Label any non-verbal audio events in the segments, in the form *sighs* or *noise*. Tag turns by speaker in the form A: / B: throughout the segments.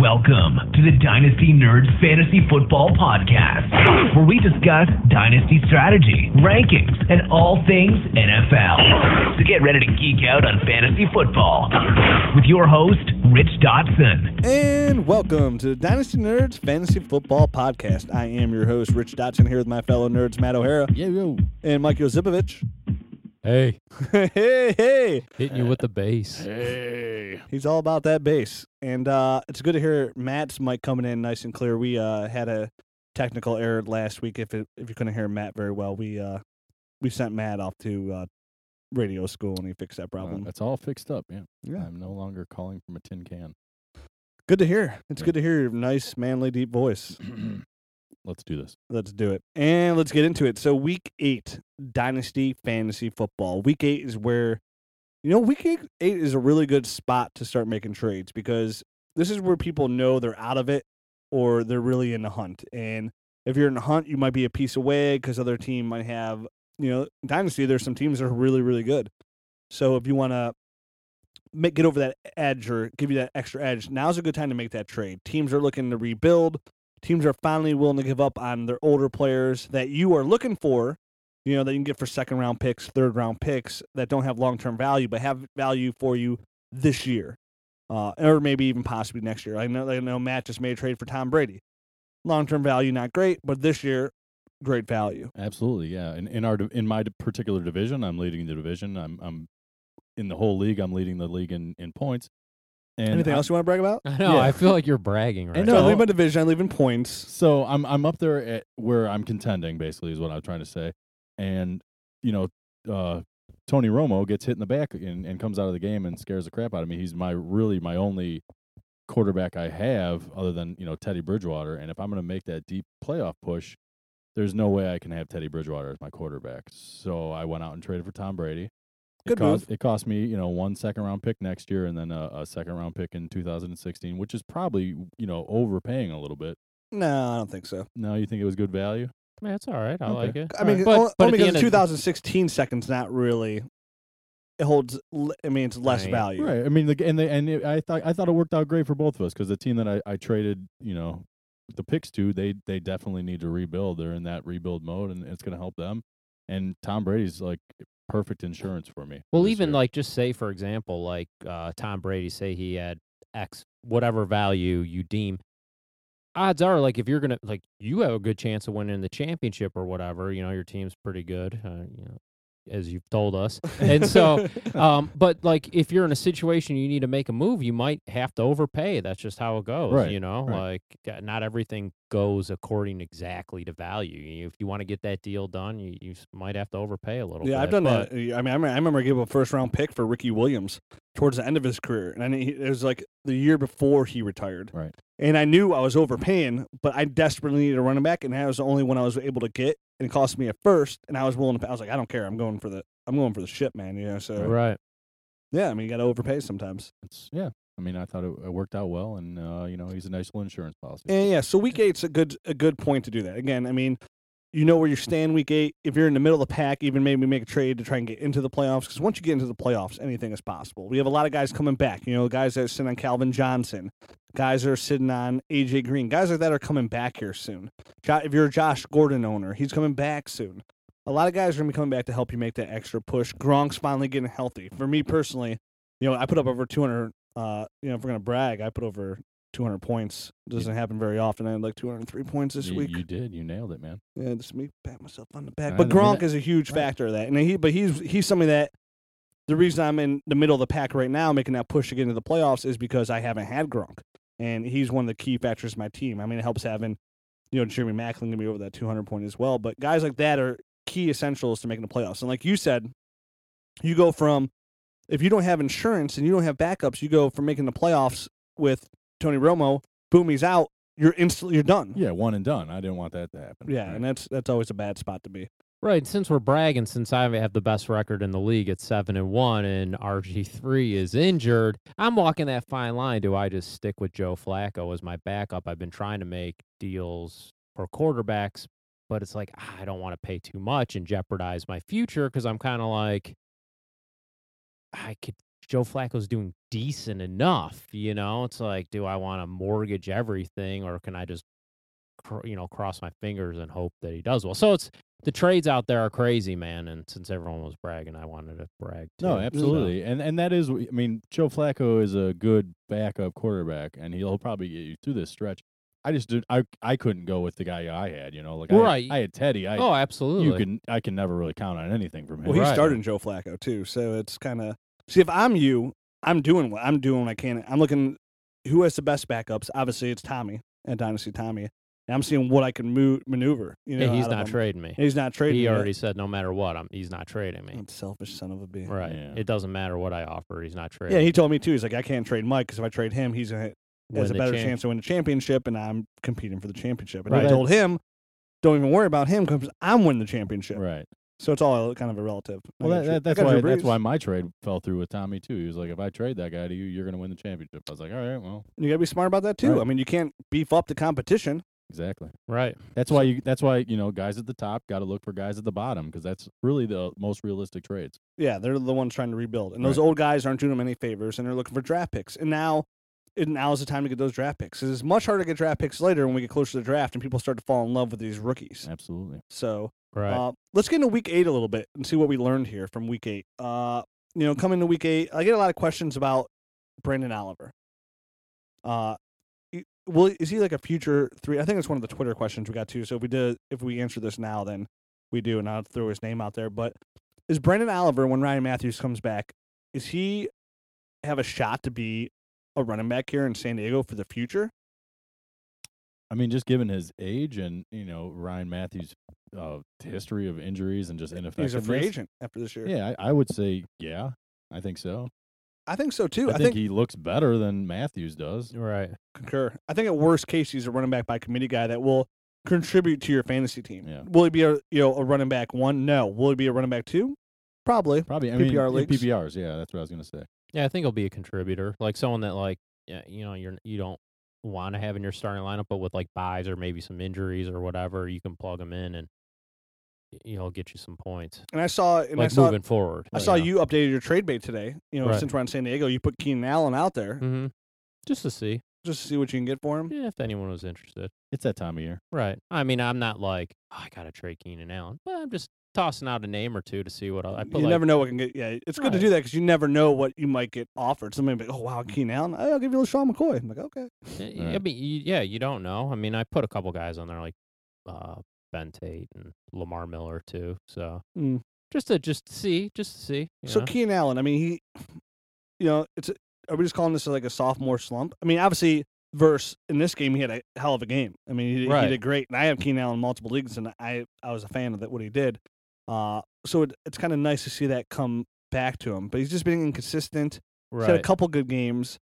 A: Welcome to the Dynasty Nerds Fantasy Football Podcast, where we discuss dynasty strategy, rankings, and all things NFL. So get ready to geek out on fantasy football with your host, Rich Dotson.
B: And welcome to the Dynasty Nerds Fantasy Football Podcast. I am your host, Rich Dotson, here with my fellow nerds, Matt O'Hara
C: Yeah, yo.
B: and Mike Yozipovich.
C: Hey,
B: *laughs* hey, hey.
C: hitting you with the bass. Uh,
B: He's all about that bass. And uh, it's good to hear Matt's mic coming in nice and clear. We uh, had a technical error last week. If, it, if you couldn't hear Matt very well, we, uh, we sent Matt off to uh, radio school and he fixed that
C: Uh,
B: problem.
C: That's all fixed up. Yeah.
B: Yeah.
C: I'm no longer calling from a tin can.
B: Good to hear. It's good to hear your nice, manly, deep voice.
C: Let's do this.
B: Let's do it. And let's get into it. So week eight, Dynasty Fantasy Football. Week eight is where you know, week eight, eight is a really good spot to start making trades because this is where people know they're out of it or they're really in the hunt. And if you're in the hunt, you might be a piece away because other team might have you know, Dynasty, there's some teams that are really, really good. So if you wanna make get over that edge or give you that extra edge, now's a good time to make that trade. Teams are looking to rebuild teams are finally willing to give up on their older players that you are looking for, you know, that you can get for second round picks, third round picks that don't have long term value, but have value for you this year, uh, or maybe even possibly next year. I know, I know Matt just made a trade for Tom Brady. Long term value, not great, but this year, great value.
C: Absolutely. Yeah. In, in our div- in my di- particular division, I'm leading the division. I'm I'm in the whole league. I'm leading the league in, in points. And
B: Anything
C: I-
B: else you want to brag about?
D: *laughs* I know.
C: Yeah.
D: I feel like you're bragging
C: I
D: right
B: So I
C: know.
D: now.
B: leave my division, I leave in points.
C: So I'm I'm up there at where I'm contending. Basically, is what I'm trying to say. And you know, uh, Tony Romo gets hit in the back and, and comes out of the game and scares the crap out of me. He's my really my only quarterback I have other than you know Teddy Bridgewater. And if I'm going to make that deep playoff push, there's no way I can have Teddy Bridgewater as my quarterback. So I went out and traded for Tom Brady. It
B: Good
C: cost, it cost me, you know, one second round pick next year and then a, a second round pick in 2016, which is probably, you know, overpaying a little bit.
B: No, I don't think so.
C: No, you think it was good value?
D: Man, it's all right. I
C: Okay.
D: like it.
B: I mean,
D: But-
B: o-
D: but
B: only
D: at the
B: because
D: end of-
B: 2016 seconds not really. It holds. l- I mean, it's less
D: Right.
B: value.
C: Right. I mean, the, and the, and it, I thought I thought it worked out great for both of us because the team that I, I traded, you know, the picks to, they they definitely need to rebuild. They're in that rebuild mode, and it's going to help them. And Tom Brady's like perfect insurance for me.
D: well,
C: this
D: even
C: year.
D: like just say for example, like uh, Tom Brady, say he had X whatever value you deem. Odds are, like if you're gonna like you have a good chance of winning the championship or whatever. You know your team's pretty good. Uh, you know, as you've told us, and
B: *laughs*
D: *laughs* so um, but like if you're in a situation you need to make a move, you might have to overpay. That's just how it goes.
C: Right,
D: You know,
C: right.
D: like uh, not everything goes according exactly to value. You- If you want to get that deal done, you, you s- might have to overpay a little.
B: Yeah,
D: bit,
B: I've done
D: but-
B: that. I mean, I remember, I remember I gave a first round pick for Ricky Williams towards the end of his career, and I knew he, it was like the year before he retired.
C: Right.
B: And I knew I was overpaying, but I desperately needed a running back, and that was the only one I was able to get, and it cost me a first, and I was willing to. pay. I was like, I don't care. I'm going for the. I'm going for the shit, man. You know. So
D: Right.
B: yeah, I mean, you got to overpay sometimes.
C: It's- yeah. I mean, I thought it, it worked out well, and uh, you know, he's a nice little insurance policy.
B: And yeah, so week eight's a good a good point to do that. Again, I mean, you know where you stand week eight. If you're in the middle of the pack, even maybe make a trade to try and get into the playoffs. Because once you get into the playoffs, anything is possible. We have a lot of guys coming back. You know, guys that are sitting on Calvin Johnson, guys that are sitting on AJ Green, guys like that are coming back here soon. Jo- if you're a Josh Gordon owner, he's coming back soon. A lot of guys are gonna be coming back to help you make that extra push. Gronk's finally getting healthy. For me personally, you know, I put up over 200. Uh, you know, if we're gonna brag, I put over 200 points. Doesn't happen very often. I had like 203 points this
C: you,
B: week.
C: you did. You nailed it, man.
B: Yeah, just me pat myself on the
C: I
B: back. But
C: know, I mean,
B: Gronk is a huge
C: right.
B: factor of that, and he but he's he's something that the reason I'm in the middle of the pack right now, making that push to get into the playoffs, is because I haven't had Gronk, and he's one of the key factors of my team. I mean, it helps having you know Jeremy Macklin gonna be over that 200 point as well. But guys like that are key essentials to making the playoffs. And like you said, you go from if you don't have insurance and you don't have backups, you go from making the playoffs with Tony Romo, boom, he's out. You're instantly you're done.
C: Yeah, one and done. I didn't want that to happen.
B: Yeah,
C: Right.
B: and that's that's always a bad spot to be.
D: Right. Since we're bragging, since I have the best record in the league at seven and one and RG three is injured, I'm walking that fine line. Do I just stick with Joe Flacco as my backup? I've been trying to make deals for quarterbacks, but it's like ah, I don't want to pay too much and jeopardize my future because I'm kind of like I could Joe Flacco's doing decent enough. You know, it's like, do I want to mortgage everything or can I just, cr- you know, cross my fingers and hope that he does well? So it's the trades out there are crazy, man. And since everyone was bragging, I wanted to brag. Too,
C: No,
D: so.
C: absolutely, and and that is, I mean, Joe Flacco is a good backup quarterback, and he'll probably get you through this stretch. I just did, I I couldn't go with the guy I had, you know, like I had-
D: Right.
C: I, had Teddy. I
D: Oh, absolutely.
C: you can I can never really count on anything from him.
B: Well, he
D: Right.
B: started in Joe Flacco too, so it's kind of see. If I'm you, I'm doing what I'm doing. What I can. I'm looking who has the best backups. Obviously, it's Tommy and Dynasty Tommy. And I'm seeing what I can move, maneuver. You know,
D: And he's
B: out of
D: not
B: him.
D: trading me.
B: And he's not trading.
D: He
B: yet.
D: already said, no matter what, I'm, he's not trading me.
B: selfish son of a bitch.
D: Right.
C: Yeah.
D: It doesn't matter what I offer. He's not trading.
B: Yeah, he told me too. He's like, I can't trade Mike because if I trade him, he's gonna
D: Win
B: has a
D: the
B: better
D: champ-
B: chance to win the championship, and I'm competing for the championship. And I
C: Right.
B: told him, don't even worry about him because I'm winning the championship.
C: Right.
B: So it's all kind of a relative. I
C: Well,
B: got
C: that,
B: Drew- I
C: that, that's
B: got
C: why
B: Drew
C: that's
B: Brees.
C: why my trade fell through with Tommy too. He was like, if I trade that guy to you, you're going to win the championship. I was like, all right, well,
B: And you gotta be smart about that too.
C: Right.
B: I mean, you can't beef up the competition.
C: exactly.
D: Right.
C: That's why you that's why you know guys at the top got to look for guys at the bottom because that's really the most realistic trades.
B: Yeah, they're the ones trying to rebuild, and those old guys aren't doing them any favors, and they're looking for draft picks. And now, and now is the time to get those draft picks. 'Cause It's much harder to get draft picks later when we get closer to the draft, and people start to fall in love with these rookies.
C: Absolutely.
B: So
D: Right.
B: Uh, let's get into week eight a little bit and see what we learned here from week eight. Uh, you know, coming to week eight, I get a lot of questions about Brandon Oliver. Uh, i- will is he like a future three? I think it's one of the Twitter questions we got too. So if we did, if we answer this now, then we do, and I'll throw his name out there. But is Brandon Oliver when Ryan Matthews comes back? Is he have a shot to be a running back here in San Diego for the future?
C: I mean, just given his age and you know Ryan Matthews' uh, history of injuries and just ineffectiveness.
B: He's a free agent after this year.
C: Yeah, I, I would say yeah. I think so.
B: I think so too.
C: I, think, he looks better than Matthews does.
B: Um,
D: right.
B: Concur. I think at worst case he's a running back by committee guy that will contribute to your fantasy team.
C: Yeah.
B: Will he be a you know a running back one? No. Will he be a running back two? Probably.
C: Probably. I
B: PPR
C: mean, in
B: leagues.
C: PPRs. Yeah, that's what I was going to say.
D: Yeah, I think he'll be a contributor, like someone that like yeah, you know you're you don't want to have in your starting lineup, but with like buys or maybe some injuries or whatever, you can plug him in and y- he'll get you some points.
B: And I saw and
D: like
B: I saw
D: moving forward,
B: I saw you updated your trade bait today. You know,
D: Right.
B: since we're on San Diego, you put Keenan Allen out there
D: hmm just to see
B: just to see what you can get for him.
D: yeah, if anyone was interested.
C: It's that time of year.
D: Right. I mean, I'm not like "Oh, I gotta trade Keenan Allen, but I'm just tossing out a name or two to see what I'll, Uh, I
B: you
D: put. like,
B: never know what can get. Yeah, it's good to
D: Right.
B: do that because you never know what you might get offered. Somebody be like, oh wow, Keenan Allen, "Oh, I'll give you a Sean McCoy. I'm like, okay.
D: Yeah,
C: Right.
D: I mean, you, yeah, you don't know. I mean, I put a couple guys on there like uh, Ben Tate and Lamar Miller too. So
B: Mm.
D: just to just to see, just to see. you
B: So
D: know?
B: Keenan Allen, I mean, he, *sighs* you know, it's are we just calling this like a sophomore slump? I mean, obviously, verse in this game he had a hell of a game. I mean, he, he
D: Right.
B: did great, and I have Keenan Allen in multiple leagues, and I I was a fan of that what he did. Uh, so it, it's kind of nice to see that come back to him, but he's just been inconsistent. He's had a
D: right.
B: couple good games.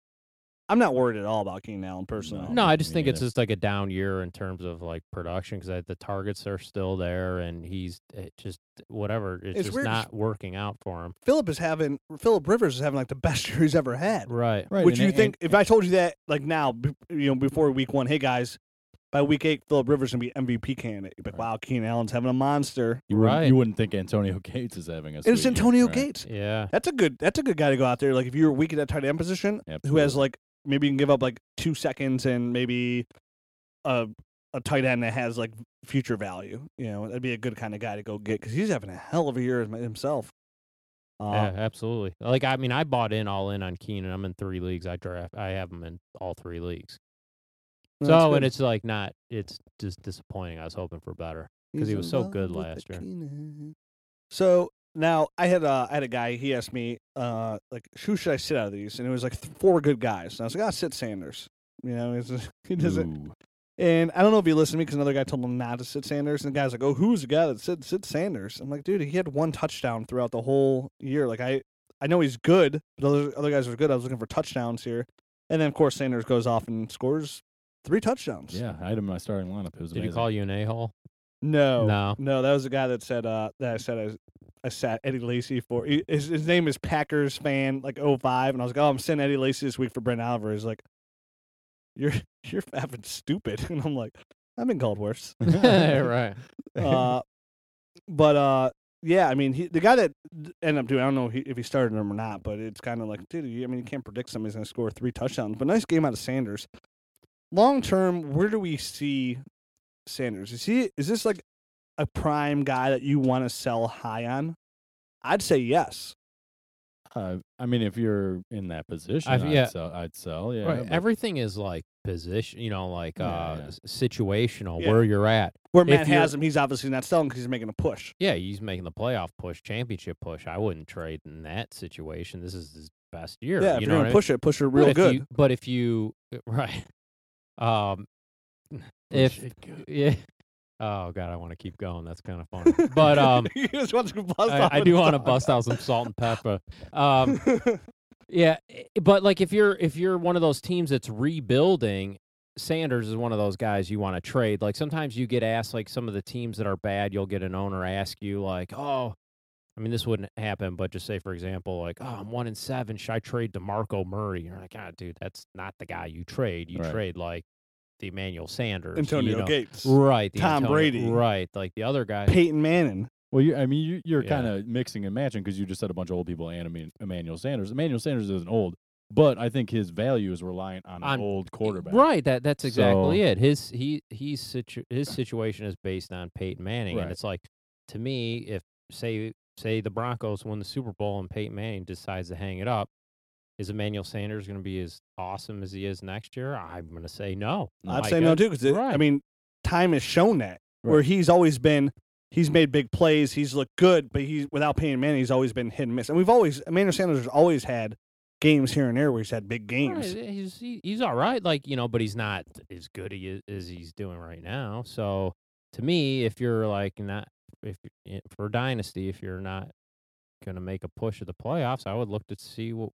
B: I'm not worried at all about Keenan Allen personally.
C: No.
D: No, I just
C: Me
D: think it's
C: neither.
D: just like a down year in terms of like production because the targets are still there and he's it just whatever. It's,
B: It's
D: just
B: weird 'cause-
D: not working out for him.
B: Philip is having Philip Rivers is having like the best *laughs* year he's ever had.
D: Right.
C: Right.
B: Would you think if I told you that like now, b- you know, before week one, hey guys, by week eight, Philip Rivers gonna be MVP candidate. You'd be like, wow, Keenan Allen's having a monster.
C: you wouldn't,
D: Right.
C: you wouldn't think Antonio *laughs* Gates is having a?
B: And it's
C: sweet year,
B: Antonio
C: right?
B: Gates.
D: Yeah.
B: That's a good. That's a good guy to go out there. Like if you're weak at that tight end position, who has
C: Absolutely.
B: like maybe you can give up like two seconds and maybe a a tight end that has like future value. You know, that'd be a good kind of guy to go get because he's having a hell of a year him- himself. Uh,
D: yeah, absolutely. Like I mean, I bought in all in on Keenan. I'm in three leagues. I draft. I have him in all three leagues.
B: that's
D: So
B: good.
D: and it's like not. It's just disappointing. I was hoping for better. 'Cause he
B: He's
D: was
B: in
D: so
B: love
D: good
B: with the
D: last year.
B: peanut. So now I had uh, I had a guy. He asked me uh, like, who should I sit out of these? And it was like th- four good guys. And I was like, I'll sit Sanders. You know, it's- *laughs* he doesn't.
C: Ooh.
B: And I don't know if he listened to me because another guy told him not to sit Sanders. And the guy's like, oh, who's the guy that said sit Sanders? I'm like, dude, he had one touchdown throughout the whole year. Like I I know he's good, but other other guys are good. I was looking for touchdowns here. And then of course Sanders goes off and scores three touchdowns.
C: Yeah, I had him in my starting lineup. It was
D: Did he
C: amazing. *laughs*
D: call you *laughs* an
B: *laughs*
D: a hole?
B: No.
D: No.
B: No, that was the guy that said uh, that I said I, I sat Eddie Lacy for. he- His, his name is Packers fan like 05, and I was like, oh, I'm sending Eddie Lacy this week for Brent Oliver. He's like, you're *laughs* you're effing stupid, *laughs* and
D: *laughs*
B: I'm like, I've been called worse.
D: right.
B: Uh, but uh, yeah, I mean, he, the guy that d- ended up doing, I don't know he- if he started him or not, but it's kind of like, dude, you, I mean, you can't predict somebody's going to score three touchdowns. But nice game out of Sanders. Long term, where do we see Sanders? Is he is this like a prime guy that you want to sell high on? I'd say yes.
C: Uh, I mean, if you're in that position,
D: I've-
C: I'd,
D: yeah.
C: sell, I'd sell. Yeah.
D: right.
C: but-
D: Everything is like position, you know, like
C: Yeah,
D: uh,
C: yeah.
D: s- situational,
B: Yeah.
D: where you're at.
B: Where
D: If
B: Matt
D: you're-
B: has him, he's obviously not selling because he's making a push.
D: Yeah, he's making the playoff push, championship push. I wouldn't trade in that situation. This is his best year.
B: yeah, if
D: you
B: you are
D: know
B: going
D: what I
B: to
D: mean?
B: push it, push it
D: But
B: real
D: if
B: good.
D: You, but if you *laughs* right,
B: *laughs*
D: um, if yeah, oh god, I want to keep going. That's kind of funny.
B: *laughs*
D: But um,
B: you just want to bust
D: I, I
B: out
D: do
B: a
D: want to
B: song.
D: bust out some salt
B: *laughs*
D: and pepper. Um, Yeah, i- but like if you're if you're one of those teams that's rebuilding, Sanders is one of those guys you want to trade. Like sometimes you get asked, like some of the teams that are bad, you'll get an owner ask you, like, oh, I mean, this wouldn't happen, but just say for example, like, oh, I'm one in seven, should I trade Demarco Murray? You're like, ah, dude, that's not the guy you trade. You
C: Right.
D: trade like the Emmanuel Sanders, you
B: Antonio
D: know-
B: Gates,
D: right? the
B: Tom
D: Antonio-
B: Brady.
D: right? Like the other guy,
B: Peyton Manning.
C: Well, you, I mean, you, you're
D: Yeah.
C: kind of mixing and matching because you just said a bunch of old people and Eman- Emmanuel Sanders. Emmanuel Sanders isn't old, but I think his value is reliant on an
D: On-
C: old quarterback.
D: eh, Right. That that's exactly
C: So-
D: it. His he he's situ- his situation is based on Peyton Manning,
C: Right.
D: and it's like to me, if say say the Broncos win the Super Bowl and Peyton Manning decides to hang it up, is Emmanuel Sanders going to be as awesome as he is next year? I'm going to say no.
C: No,
B: I'd
D: Like,
B: say
D: uh,
B: no too, because I
D: right.
B: mean, time has shown that where
C: Right.
B: he's always been. He's made big plays. He's looked good, but he's without Peyton Manning, he's always been hit and miss. And we've always Emmanuel Sanders has always had games here and there where he's had big
D: all right,
B: games.
D: he's he- he's all right, like you know, but he's not as good he is, as he's doing right now. So to me, if you're like not if y- for dynasty, if you're not going to make a push at the playoffs, I would look to see what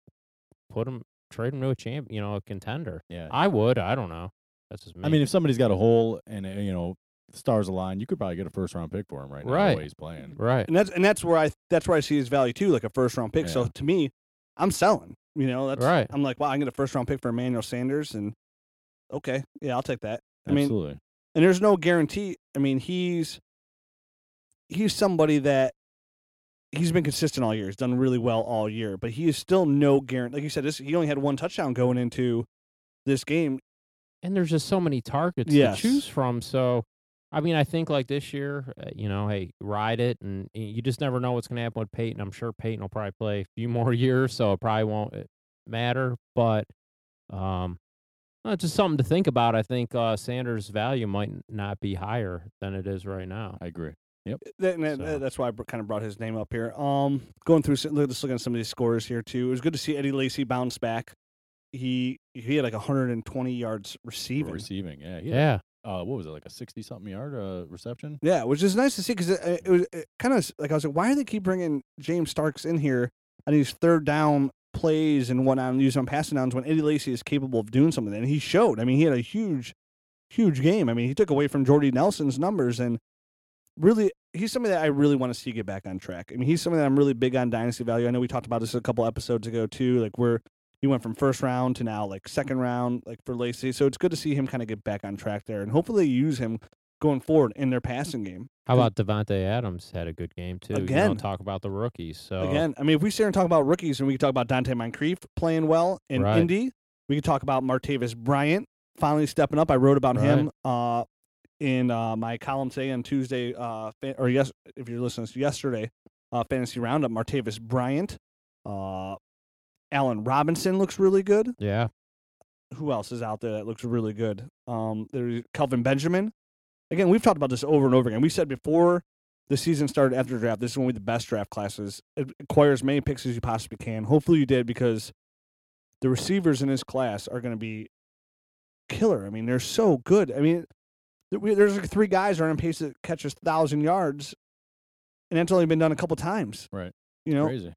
D: put him trade him to a champ, you know, a contender.
C: Yeah.
D: I would. I don't know. That's just me.
C: I mean, if somebody's got a hole and uh, you know stars align, you could probably get a first round pick for him right now. The
D: Right.
C: way he's playing.
D: right.
B: And that's and that's where I that's where I see his value too, like a first round pick. So
C: Yeah.
B: to me, I'm selling. You know, that's
D: Right.
B: I'm like, wow, I can get a first round pick for Emmanuel Sanders, and okay, yeah, I'll take that. I mean,
C: Absolutely.
B: and there's no guarantee. I mean, he's he's somebody that he's been consistent all year. He's done really well all year, but he is still no guarantee. Like you said, this, he only had one touchdown going into this game.
D: and there's just so many targets
B: Yes.
D: to choose from. So, I mean, I think like this year, uh, you know, hey, ride it, and y- you just never know what's going to happen with Peyton. I'm sure Peyton will probably play a few *laughs* more years, so it probably won't uh, matter. But, um, no, it's just something to think about. I think uh, Sanders' value might n- not be higher than it is right now.
B: Uh,
C: I agree.
B: eh, That, and that-
D: So.
B: That's why I kind of brought his name up here. Um, going through, some- look, just looking at some of these scores here too. It was good to see Eddie Lacy bounce back. He he had like 120 yards receiving.
C: Receiving, yeah, he had,
D: Yeah,
C: Uh, what was it like a sixty-something yard uh, reception?
B: Yeah, which is nice to see because it, it was kind of like I was like, why do they keep bringing James Starks in here on these third down plays and whatnot, and using on passing downs when Eddie Lacy is capable of doing something? And he showed. I mean, he had a huge, huge game. I mean, he took away from Jordy Nelson's numbers, and really, he's somebody that I really want to see get back on track. I mean, he's somebody that I'm really big on dynasty value. I know we talked about this a couple episodes ago too, like where he went from first round to now like second round, like for Lacy. So it's good to see him kind of get back on track there, and hopefully use him going forward in their passing game.
D: how about Devonte Adams had a good game too? you
B: Again.
D: don't talk about the rookies. So
B: Again, I mean, if we sit here and talk about rookies, and we can talk about Dante Moncrief playing well in
D: Right.
B: Indy, we can talk about Martavis Bryant finally stepping up. I wrote about him uh, in uh, my column today on Tuesday, uh, fa- or yes, if you're listening to yesterday, uh, fantasy roundup. Martavis Bryant, uh, Allen Robinson looks really good.
D: yeah,
B: Who else is out there that looks really good? Um, there's Kelvin Benjamin. Again, we've talked about this over and over again. We said before the season started after the draft. This is when we the best draft classes. Ac- Acquire as many picks as you possibly can. Hopefully you did because the receivers in this class are going to be killer. I mean, they're so good. I mean, th- we- there's like three guys are on pace to catch a thousand yards, and that's only been done a couple times.
C: Right.
B: You know,
C: Crazy.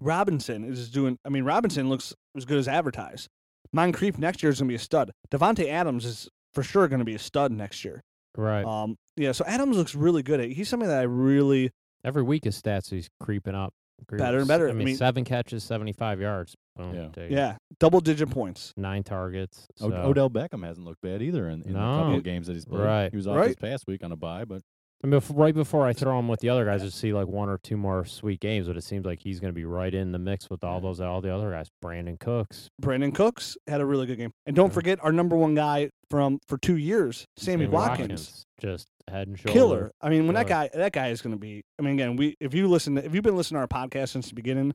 B: Robinson is doing. I mean, Robinson looks as good as advertised. Moncrief next year is going to be a stud. Devonte Adams is for sure going to be a stud next year.
D: right.
B: Um, yeah, so Adams looks really good. At, he's something that I really
D: Every week his stats he's creeping up. creeping
B: Better
D: up.
B: and
D: S-
B: better.
D: I
B: I
D: mean,
B: mean-
D: seven catches, seventy-five yards. Boom,
C: Yeah.
D: there you go.
B: yeah double digit points.
D: Nine targets.
C: O-
D: so-
C: Odell Beckham hasn't looked bad either in, in the couple
D: No.
C: of games that he's played.
D: Right.
C: He was off
B: Right.
C: this past week on a bye, but *laughs*
D: I mean, bef- right before I throw him with the other guys, I see like one or two more sweet games, but it seems like he's going to be right in the mix with all those all the other guys. Brandon Cooks,
B: Brandon Cooks had a really good game, and don't
D: Yeah.
B: forget our number one guy from for two years, Sammy, Watkins.
D: just head and shoulder
B: Killer. I mean, when that
D: Killer.
B: guy that guy is going to be. I mean, again, we if you listen, if you've been listening to our podcast since the beginning,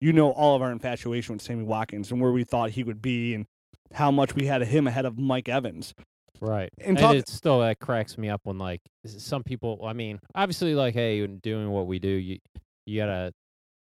B: you know all of our infatuation with Sammy Watkins and where we thought he would be, and how much we had him ahead of Mike Evans.
D: Right.
B: And
D: And,
B: talk-
D: it's still that cracks me up when like s- some people I mean, obviously like hey, when doing what we do, you you got to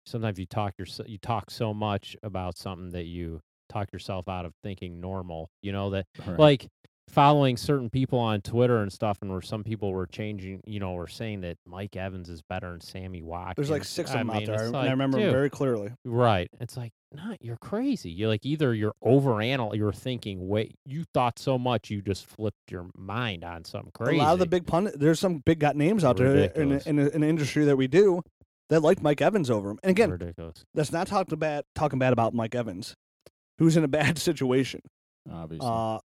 D: sometimes you talk your you talk so much about something that you talk yourself out of thinking normal. You know that
C: Right.
D: like following certain people on Twitter and stuff and where some people were changing, you know, were saying that Mike Evans is better than Sammy Watkins.
B: There's like six of
D: I
B: them out
D: mean,
B: there,
D: it's
B: and
D: like,
B: I remember
D: dude,
B: him very clearly.
D: Right. It's like, not you're crazy. You're like either you're over anal you're thinking wait you thought so much you just flipped your mind on something crazy.
B: A lot of the big pundit, there's some big got names out there in,
D: Ridiculous.
B: in, in the industry that we do that like Mike Evans over him. And again,
D: ridiculous.
B: let's not talk about talking bad about Mike Evans, who's in a bad *laughs* situation.
C: obviously.
B: Uh,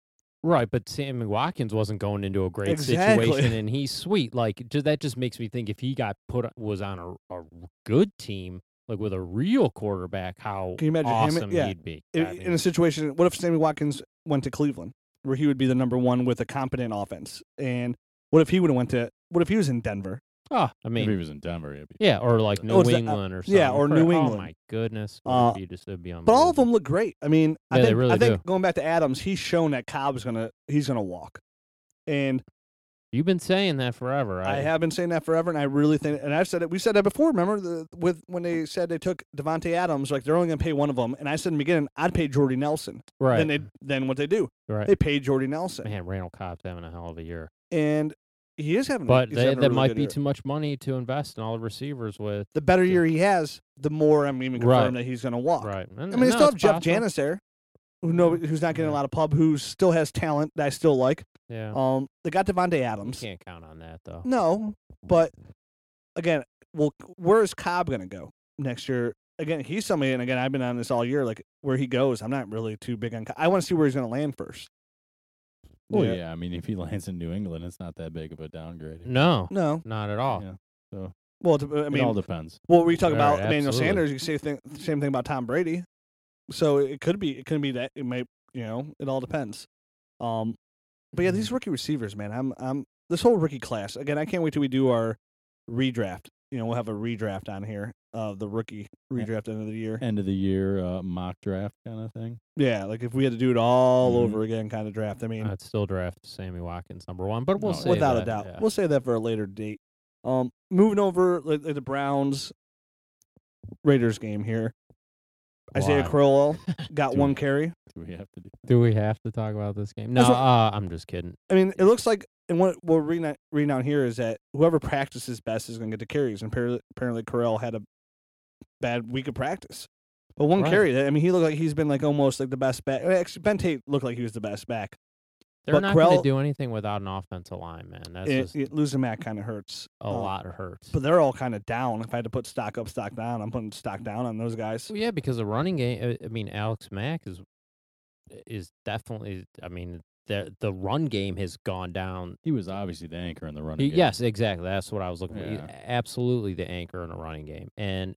D: Right, but Sammy Watkins wasn't going into a great
B: Exactly.
D: situation and he's sweet. Like ju- that just makes me think if he got put was on a, a good team like with a real quarterback how
B: Can you imagine him-
D: awesome
B: yeah.
D: he'd be.
B: i-
D: I mean,
B: in a situation, what if Sammy Watkins went to Cleveland, where he would be the number one with a competent offense? And what if he would have went to? What if he was in Denver?
D: oh, I
C: if he
D: mean
C: was in Denver, it'd be
D: yeah, or like New
B: Oh, it's the- uh,
D: England or something.
B: yeah, or New
D: Cra-
B: England.
D: Oh my goodness.
B: Uh,
D: would be just, it'd be
B: But all
D: unbelievable.
B: of them look great. I mean, I
D: Mm. Yeah, they
B: think I
D: really
B: think going back to Adams, he's shown that Cobb's gonna he's gonna walk, and
D: You've been saying that forever.
B: I have been saying that forever, and I really think, and I've said it. We said that before. Remember the, with when they said they took Devonte Adams, like they're only going to pay one of them, and I said in the beginning, I'd pay Jordy Nelson.
D: right.
B: Then they, then what they do,
D: right.
B: they pay Jordy Nelson,
D: Man, Randall Cobb's having a hell of a year,
B: and he is having. a-
D: but
B: he's
D: they,
B: having a
D: that
B: really
D: might
B: good
D: be
B: year.
D: too much money to invest in all the receivers with.
B: The better year he has, the more I'm even
D: Right.
B: confirmed that he's going to walk.
D: Right. And-
B: I
D: and
B: mean, they
D: no,
B: still have
D: it's
B: Jeff
D: possible.
B: Janis there, who no, who's not getting a
D: Yeah.
B: lot of pub, who still has talent that I still like.
D: Yeah.
B: Um, they got Devonte
D: you
B: Adams.
D: can't count on that though.
B: No, but again, well, where is Cobb going to go next year? Again, he's somebody, and again, I've been on this all year. Like where he goes, I'm not really too big on. Co- I want to see where he's going to land first.
D: Oh,
C: Well, Oh, yeah. I mean, if he *laughs* lands in New England, it's not that big of a downgrade.
D: No,
B: No.
D: not at all.
C: Yeah.
B: Well, it- I
C: it all
B: mean,
C: depends.
B: well, we talk
D: Right,
B: about Emmanuel
D: absolutely.
B: Sanders. You say thing, same thing about Tom Brady. So it could be. It could be that it may. You know, it all depends. Um, but yeah,
D: Mm.
B: these rookie receivers, man. I'm. I'm. This whole rookie class. Again, I can't wait till we do our redraft. You know, we'll have a redraft on here of the rookie redraft end of the year.
C: End of the year uh, mock draft kind of thing.
B: Yeah, like if we had to do it all
C: Mhm.
B: over again, kind of draft. I mean,
D: Mm-hmm. I'd still draft Sammy Watkins number one, but we'll
C: No,
D: say
B: without
D: that.
B: a doubt,
D: yeah.
B: we'll save that for a later date. Um, moving over like, like the Browns Raiders game here. Isaiah
D: Why?
B: Crowell got
C: Dude.
B: one carry.
C: Do we have to do?
D: Do we have to talk about this game? No,
B: That's what-
D: uh, I'm just kidding.
B: I mean, it looks like, and what we're reading, out- reading out here is that whoever practices best is going to get the carries. And apparently, apparently Crowell had a bad week of practice. But one
D: Right.
B: carry, I mean, he looked like he's been like almost like the best back. Actually, Ben Tate looked like he was the best back.
D: They're
B: But
D: not going
B: Crowell- Eh,
D: to do anything without an offensive line, man. That's
B: It-
D: just
B: it- losing Mac kind of hurts.
D: a
B: um,
D: lot hurts.
B: but they're all kind of down. If I had to put stock up, stock down, I'm putting stock down on those guys.
D: Well, yeah, because the running game. uh, I- I mean, Alex Mack is is definitely. I mean, the the run game has gone down.
C: He was obviously the anchor in the running.
D: He-
C: game.
D: yes, exactly. That's what I was looking
C: Yeah.
D: for. e, Absolutely, the anchor in a running game, and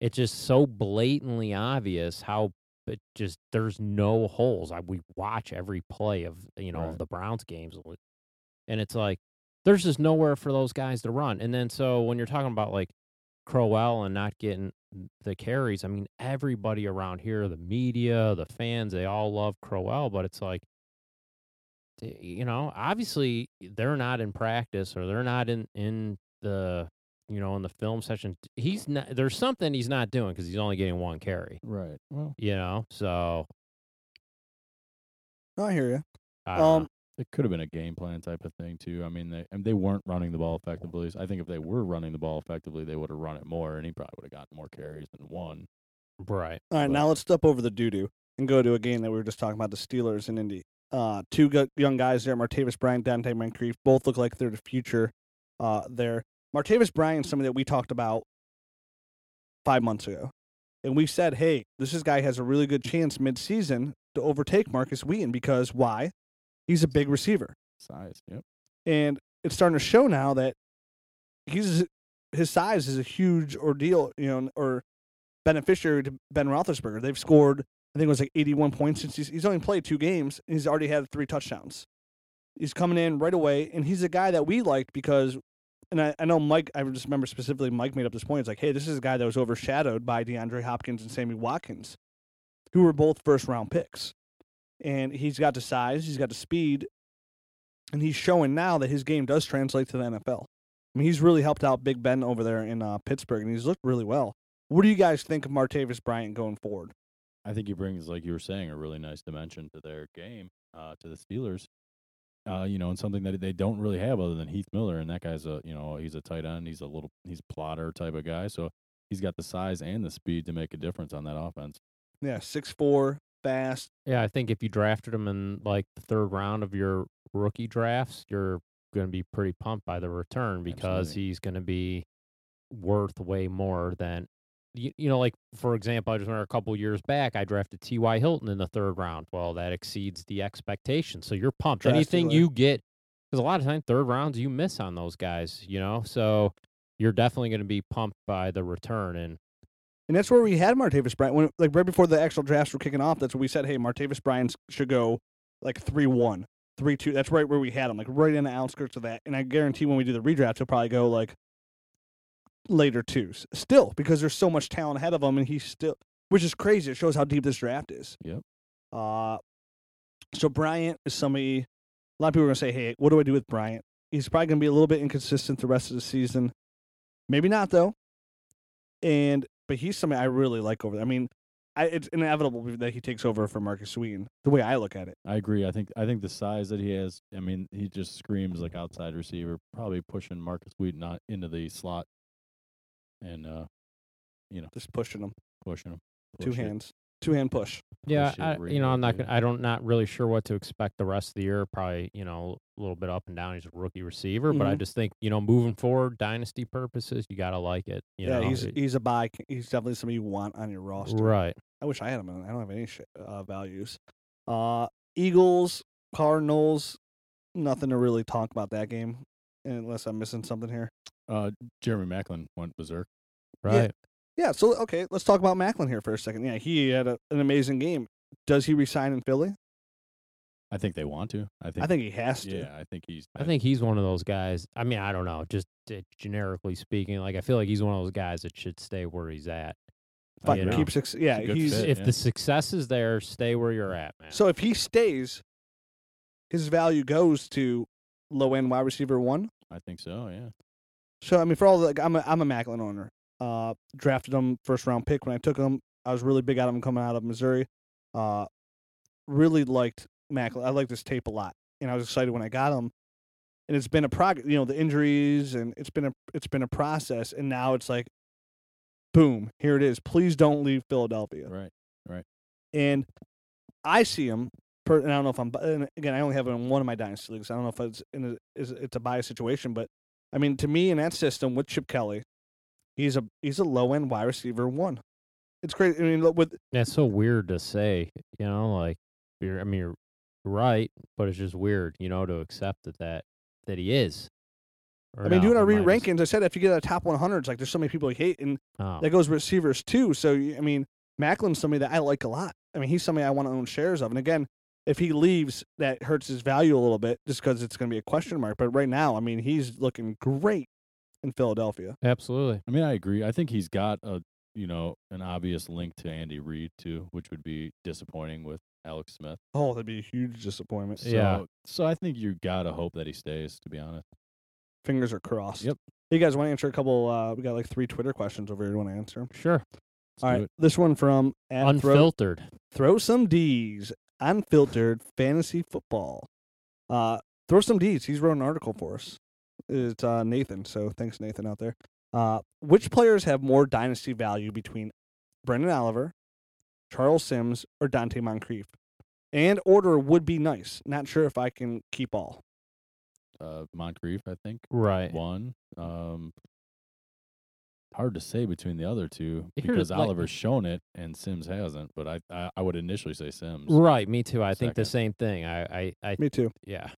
D: it's just so blatantly obvious how. But just there's no holes. I, we watch every play of you know
C: Right.
D: of the Browns games, and it's like there's just nowhere for those guys to run. And then so when you're talking about like Crowell and not getting the carries, I mean everybody around here, the media, the fans, they all love Crowell, but it's like y- you know, obviously they're not in practice or they're not in in the you know in the film session. He's not. There's something he's not doing because he's only getting one carry.
C: Right. Well,
D: You know, so
B: Oh, I hear you.
D: I don't
B: Um,
D: know.
C: it could have been a game plan type of thing too. I mean, they I mean, they weren't running the ball effectively. So I think if they were running the ball effectively, they would have run it more, and he probably would have gotten more carries than one.
D: right.
B: all right,
C: but-
B: now let's step over the doo doo and go to a game that we were just talking about the Steelers in Indy. Uh, two go- young guys there, Martavis Bryant, Dante Moncrief, both look like they're the future. Uh, there, Martavis Bryant, somebody that we talked about five months ago, and we said, hey, this is guy has a really good chance midseason to overtake Marcus Wheaton because why? He's a big receiver.
C: Size. Yep.
B: And it's starting to show now that he's his size is a huge ordeal, you know, or beneficiary to Ben Roethlisberger. They've scored, I think it was like 81 points since he's, he's only played two games, and he's already had three touchdowns. He's coming in right away, and he's a guy that we liked because, and I, I know Mike, I just remember specifically Mike made up this point. It's like, hey, this is a guy that was overshadowed by DeAndre Hopkins and Sammy Watkins, who were both first round picks. And he's got the size, he's got the speed, and he's showing now that his game does translate to the NFL. I mean, he's really helped out Big Ben over there in uh, Pittsburgh, and he's looked really well. What do you guys think of Martavis Bryant going forward?
C: I think he brings, like you were saying, a really nice dimension to their game, uh, to the Steelers. Uh, you know, and something that they don't really have other than Heath Miller, and that guy's a you know he's a tight end, he's a little he's a plotter type of guy, so he's got the size and the speed to make a difference on that offense.
B: Yeah, six four, fast.
D: Yeah, I think if you drafted him in like the third round of your rookie drafts, you're going to be pretty pumped by the return because
C: Absolutely.
D: he's going to be worth way more than you, you know like for example, I just remember a couple years back I drafted TY Hilton in the third round. Well, that exceeds the expectation. So you're pumped. Anything
B: Drastically.
D: you get cuz a lot of times third rounds you miss on those guys, you know? So you're definitely going to be pumped by the return and
B: And that's where we had Martavis Bryant. When, like right before the actual drafts were kicking off, that's what we said, hey, Martavis Bryant should go like 3 1, 3 2. That's right where we had him, like right in the outskirts of that. And I guarantee when we do the redraft, he'll probably go like later twos still because there's so much talent ahead of him. And he's still, which is crazy. It shows how deep this draft is.
C: Yep.
B: Uh, so Bryant is somebody, a lot of people are going to say, hey, what do I do with Bryant? He's probably going to be a little bit inconsistent the rest of the season. Maybe not, though. And but he's somebody I really like over there. I mean, I, it's inevitable that he takes over for Marcus Sweeten. The way I look at it,
C: I agree. I think I think the size that he has, I mean, he just screams like outside receiver, probably pushing Marcus Wheaton out into the slot and uh
B: just pushing him,
C: pushing him.
B: two
C: Push it.
B: hands, two hand push.
D: Yeah,
C: shit
D: I,
C: right
D: you know,
C: now,
D: I'm not.
C: dude.
D: Gonna, I don't not really sure what to expect the rest of the year. Probably, you know, a little bit up and down. He's a rookie receiver, but I
B: Mhm.
D: just think you know, moving forward, dynasty purposes, you gotta like it. You
B: yeah,
D: know?
B: he's
D: It-
B: he's a buy. He's definitely somebody you want on your roster.
D: right.
B: I wish I had him. and I don't have any sh- uh, values. Uh, Eagles, Cardinals, nothing to really talk about that game, unless I'm missing something here.
C: Uh Jeremy Macklin went berserk.
D: Right.
B: Yeah, so okay, let's talk about Macklin here for a second. Yeah, he had a, an amazing game. Does he resign in Philly?
C: I think they want to. I think
B: I think he has to.
C: yeah, I think he's
D: I think he's one of those guys. I mean, I don't know. Just uh, generically speaking, like I feel like he's one of those guys that should stay where he's at.
B: Fuck,
D: you know.
B: keep six. Yeah,
C: a good
B: he's
C: fit.
D: if
C: yeah.
D: the success is there, stay where you're at, man.
B: so if he stays, his value goes to low end wide receiver one.
C: I think so, yeah.
B: So I mean, for all the, like, I'm a, I'm a Macklin owner. Uh, drafted him first round pick when I took him. I was really big on him coming out of Missouri. Uh, really liked Macklin. I liked this tape a lot, and I was excited when I got him. And it's been a prog, you know, the injuries, and it's been a it's been a process, and now it's like, boom, here it is. Please don't leave Philadelphia.
C: Right.
B: And I see him. Per, and I don't know if I'm. bu- And again, I only have him in one of my dynasty leagues. I don't know if it's in a, is it's a biased situation, but I mean, to me, in that system with Chip Kelly, he's a he's a low end wide receiver one. It's crazy. I mean, look, with
D: That's so weird to say, you know, like you're I mean you're right, but it's just weird, you know, to accept that that, that he is. Or
B: I mean,
D: no,
B: doing our
D: am I
B: re
D: just-
B: rankings, I said if you get a top 100, it's like there's so many people you hate, and
D: oh,
B: that goes receivers too. So y- I mean, Macklin's somebody that I like a lot. I mean, he's somebody I want to own shares of. And again, if he leaves, that hurts his value a little bit just because it's going to be a question mark. But right now, I mean, he's looking great in Philadelphia.
D: absolutely.
C: I mean, I agree. I think he's got a you know, an obvious link to Andy Reid too, which would be disappointing with Alex Smith.
B: Oh, that'd be a huge disappointment.
C: So,
D: Yeah.
C: So I think you gotta hope that he stays. To be honest,
B: Fingers are crossed.
C: Yep.
B: You guys want to answer a couple? Uh, we got like three Twitter questions over here. You want to answer? 'em?
D: Sure.
C: Let's
B: All
C: do
B: right.
C: it.
B: This one from at throw,
D: Unfiltered.
B: throw some D's unfiltered fantasy football. Uh, throw some D's. He's wrote an article for us. It's uh, Nathan. So thanks, Nathan, out there. Uh, which players have more dynasty value between Brendan Oliver, Charles Sims, or Dante Moncrief? And order would be nice. Not sure if I can keep all.
C: Uh, Moncrief, I think
D: Right.
C: one. Um, hard to say between the other two
D: Here's,
C: because
D: like-
C: Oliver's shown it and Sims hasn't. But I, I, I would initially say Sims.
D: Right, me too. I think the
C: Second.
D: same thing. I I, I
B: Me too.
D: yeah.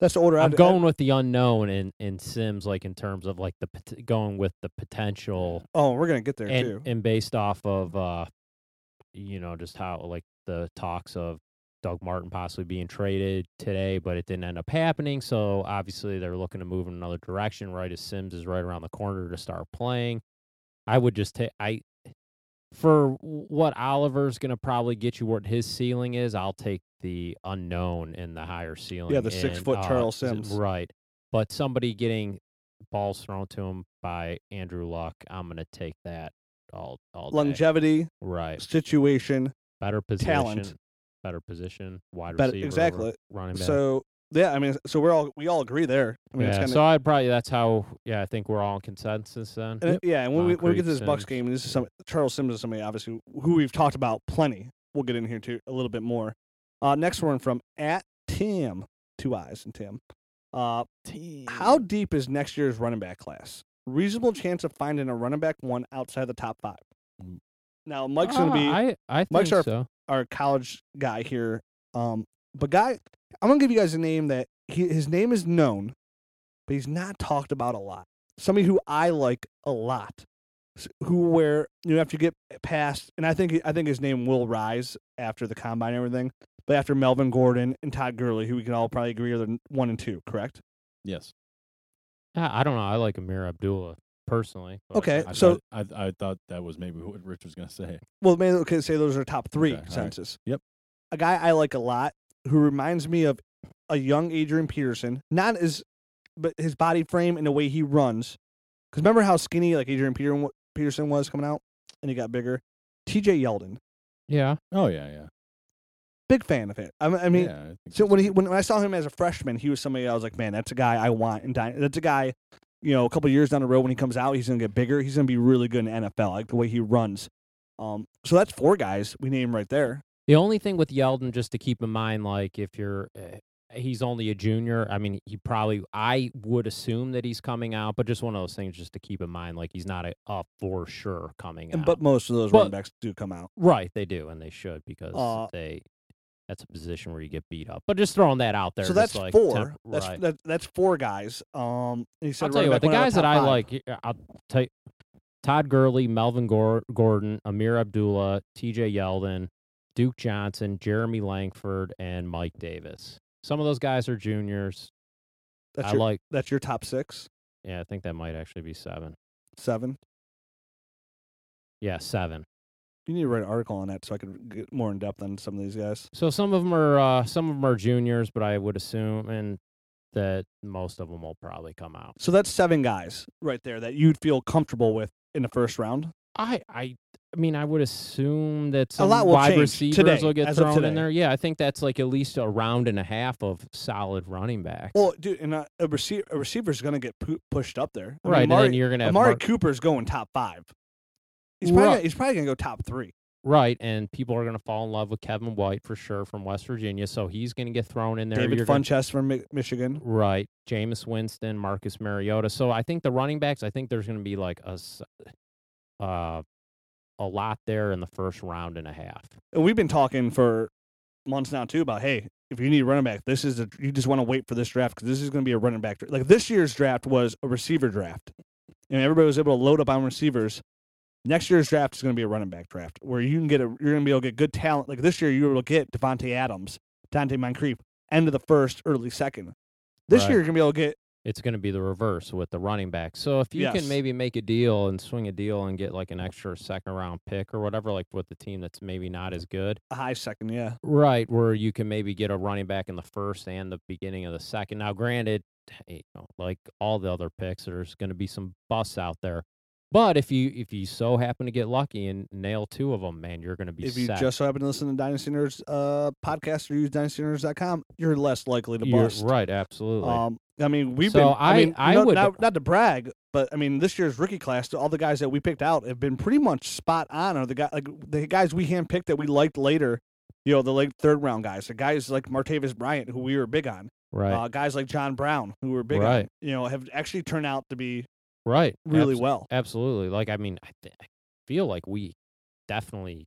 B: That's the order
D: I'm
B: I'd-
D: going with the unknown in, in Sims, like in terms of like the pot- going with the potential
B: oh, we're gonna get there too.
D: and, and based off of uh, you know just how like the talks of Doug Martin possibly being traded today, but it didn't end up happening. So obviously they're looking to move in another direction. Right as Sims is right around the corner to start playing, I would just take I for what Oliver's going to probably get you what his ceiling is. I'll take the unknown and the higher ceiling.
B: the six-foot
D: in, uh,
B: Charles
D: s-
B: Sims.
D: right? But somebody getting balls thrown to him by Andrew Luck, I'm going to take that all all day.
B: Longevity,
D: Right.
B: situation.
D: Better position.
B: talent.
D: Better position. Wide
B: Better-
D: receiver.
B: exactly.
D: Running back.
B: So yeah, I mean, so we're all we all agree there. I mean,
D: yeah.
B: it's kind of
D: so I'd probably that's how. Yeah, I think we're all in consensus then.
B: And it- yeah, and when we, when we get to this
D: Moncrief,
B: Bucks
D: Sims.
B: game, and this is some Charles Sims is somebody obviously who we've talked about plenty. We'll get in here too a little bit more. Uh, next one from at Tim, two eyes and Tim. Uh, how deep is next year's running back class? Reasonable chance of finding a running back one outside the top five.
C: Mm.
B: Now Mike's gonna
D: Ah,
B: be
D: I I think
B: Mike's our-
D: so.
B: our college guy here. Um, but guy, I'm gonna give you guys a name that he, his name is known, but he's not talked about a lot. Somebody who I like a lot, s- who where you know, after you get past, and I think I think his name will rise after the combine and everything. But after Melvin Gordon and Todd Gurley, who we can all probably agree are the n- one and two, correct?
C: Yes.
D: I, I don't know. I like Amir Abdullah personally. but
B: Okay,
C: I
B: Eh, so
C: thought, I, I thought that was maybe what Rich was going to say.
B: Well, maybe we could say those are top three
C: Okay, all right.
B: consensus.
C: Yep.
B: A guy I like a lot who reminds me of a young Adrian Peterson, not as, but his body frame and the way he runs. Because remember how skinny like Adrian Peter, Peterson was coming out, and he got bigger. T.J. Yeldon,
D: yeah.
C: Oh yeah, yeah.
B: big fan of it. I, I mean,
C: yeah, I think
B: so
C: that's
B: when he
C: good.
B: when, when I saw him as a freshman, he was somebody I was like, man, that's a guy I want, and dy- that's a guy, you know, a couple years down the road when he comes out, he's gonna get bigger. He's gonna be really good in NFL, like the way he runs. Um, so that's four guys we name right there.
D: The only thing with Yeldon, just to keep in mind, like if you're, uh, he's only a junior. I mean, he probably, I would assume that he's coming out, but just one of those things, just to keep in mind, like he's not a, a for sure coming
B: And
D: out.
B: but most of those
D: But-
B: running backs do come out.
D: right, they do, and they should because
B: Uh,
D: they. That's a position where you get beat up. But just throwing that out there.
B: so
D: just
B: that's
D: like
B: four.
D: temp-
B: that's
D: right.
B: that, that's four guys. Um, and he said
D: I'll tell
B: running
D: you what, the
B: back went out
D: guys that
B: top
D: I
B: five.
D: like, yeah, I'll tell you, Todd Gurley, Melvin Gor- Gordon, Amir Abdullah, T.J. Yeldon, Duke Johnson, Jeremy Langford, and Mike Davis. Some of those guys are juniors.
B: That's
D: I
B: your,
D: like.
B: that's your top six,
D: Yeah, I think that might actually be seven.
B: seven.
D: Yeah, seven.
B: You need to write an article on that so I could get more in depth on some of these guys.
D: So some of them are uh, some of them are juniors, but I would assume and that most of them will probably come out.
B: So that's seven guys right there that you'd feel comfortable with in the first round.
D: I I I mean I would assume that some
B: lot will
D: wide
B: change
D: receivers
B: today,
D: will get
B: as of
D: thrown
B: today.
D: in there. Yeah, I think that's like at least a round and a half of solid running backs.
B: Well, dude, and a, a, receiver, a receiver's going to get pu- pushed up there. I mean,
D: right,
B: Amari,
D: and then you're gonna have
B: Amari
D: Mark-
B: Cooper's going top five. He's probably,
D: Right.
B: gonna- he's probably going to go top three.
D: right, and people are gonna fall in love with Kevin White for sure from West Virginia, so he's gonna get thrown in there.
B: David
D: You're gonna-
B: Funchess from Mi- Michigan.
D: Right. Jameis Winston, Marcus Mariota. So I think the running backs, I think there's going to be like a, s- uh, a lot there in the first round and a half.
B: and we've been talking for months now too about hey if you need a running back this is the you just want to wait for this draft because this is going to be a running back dra- like this year's draft was a receiver draft and everybody was able to load up on receivers next year's draft is going to be a running back draft where you can get a you're going to be able to get good talent like this year you were able to get Devontae Adams Dante Moncrief end of the first early second this
D: Right.
B: year you're going to be able to get
D: It's going to be the reverse with the running back. So if you
B: Yes.
D: can maybe make a deal and swing a deal and get like an extra second round pick or whatever, like with the team that's maybe not as good,
B: a high second yeah
D: right, where you can maybe get a running back in the first and the beginning of the second. Now, granted, you know, like all the other picks, there's going to be some busts out there. But if you if you so happen to get lucky and nail two of them, man, you're going to be
B: if you
D: set.
B: just so happen to listen to Dynasty Nerds uh, podcast or use DynastyNerds.com you're less likely to
D: You're
B: bust
D: right, absolutely.
B: Um, I mean, we've
D: So
B: been. I,
D: I-
B: mean,
D: I
B: no-
D: would-
B: not, not to brag, but I mean, this year's rookie class, all the guys that we picked out have been pretty much spot on. Are the guy like the guys we handpicked that we liked later? You know, the late third round guys, the guys like Martavis Bryant, who we were big on,
D: right,
B: uh, guys like John Brown, who we were big on.
D: Right.
B: You know, have actually turned out to be
D: right,
B: really
D: abso-
B: well.
D: absolutely. Like I mean, I, th- I feel like we definitely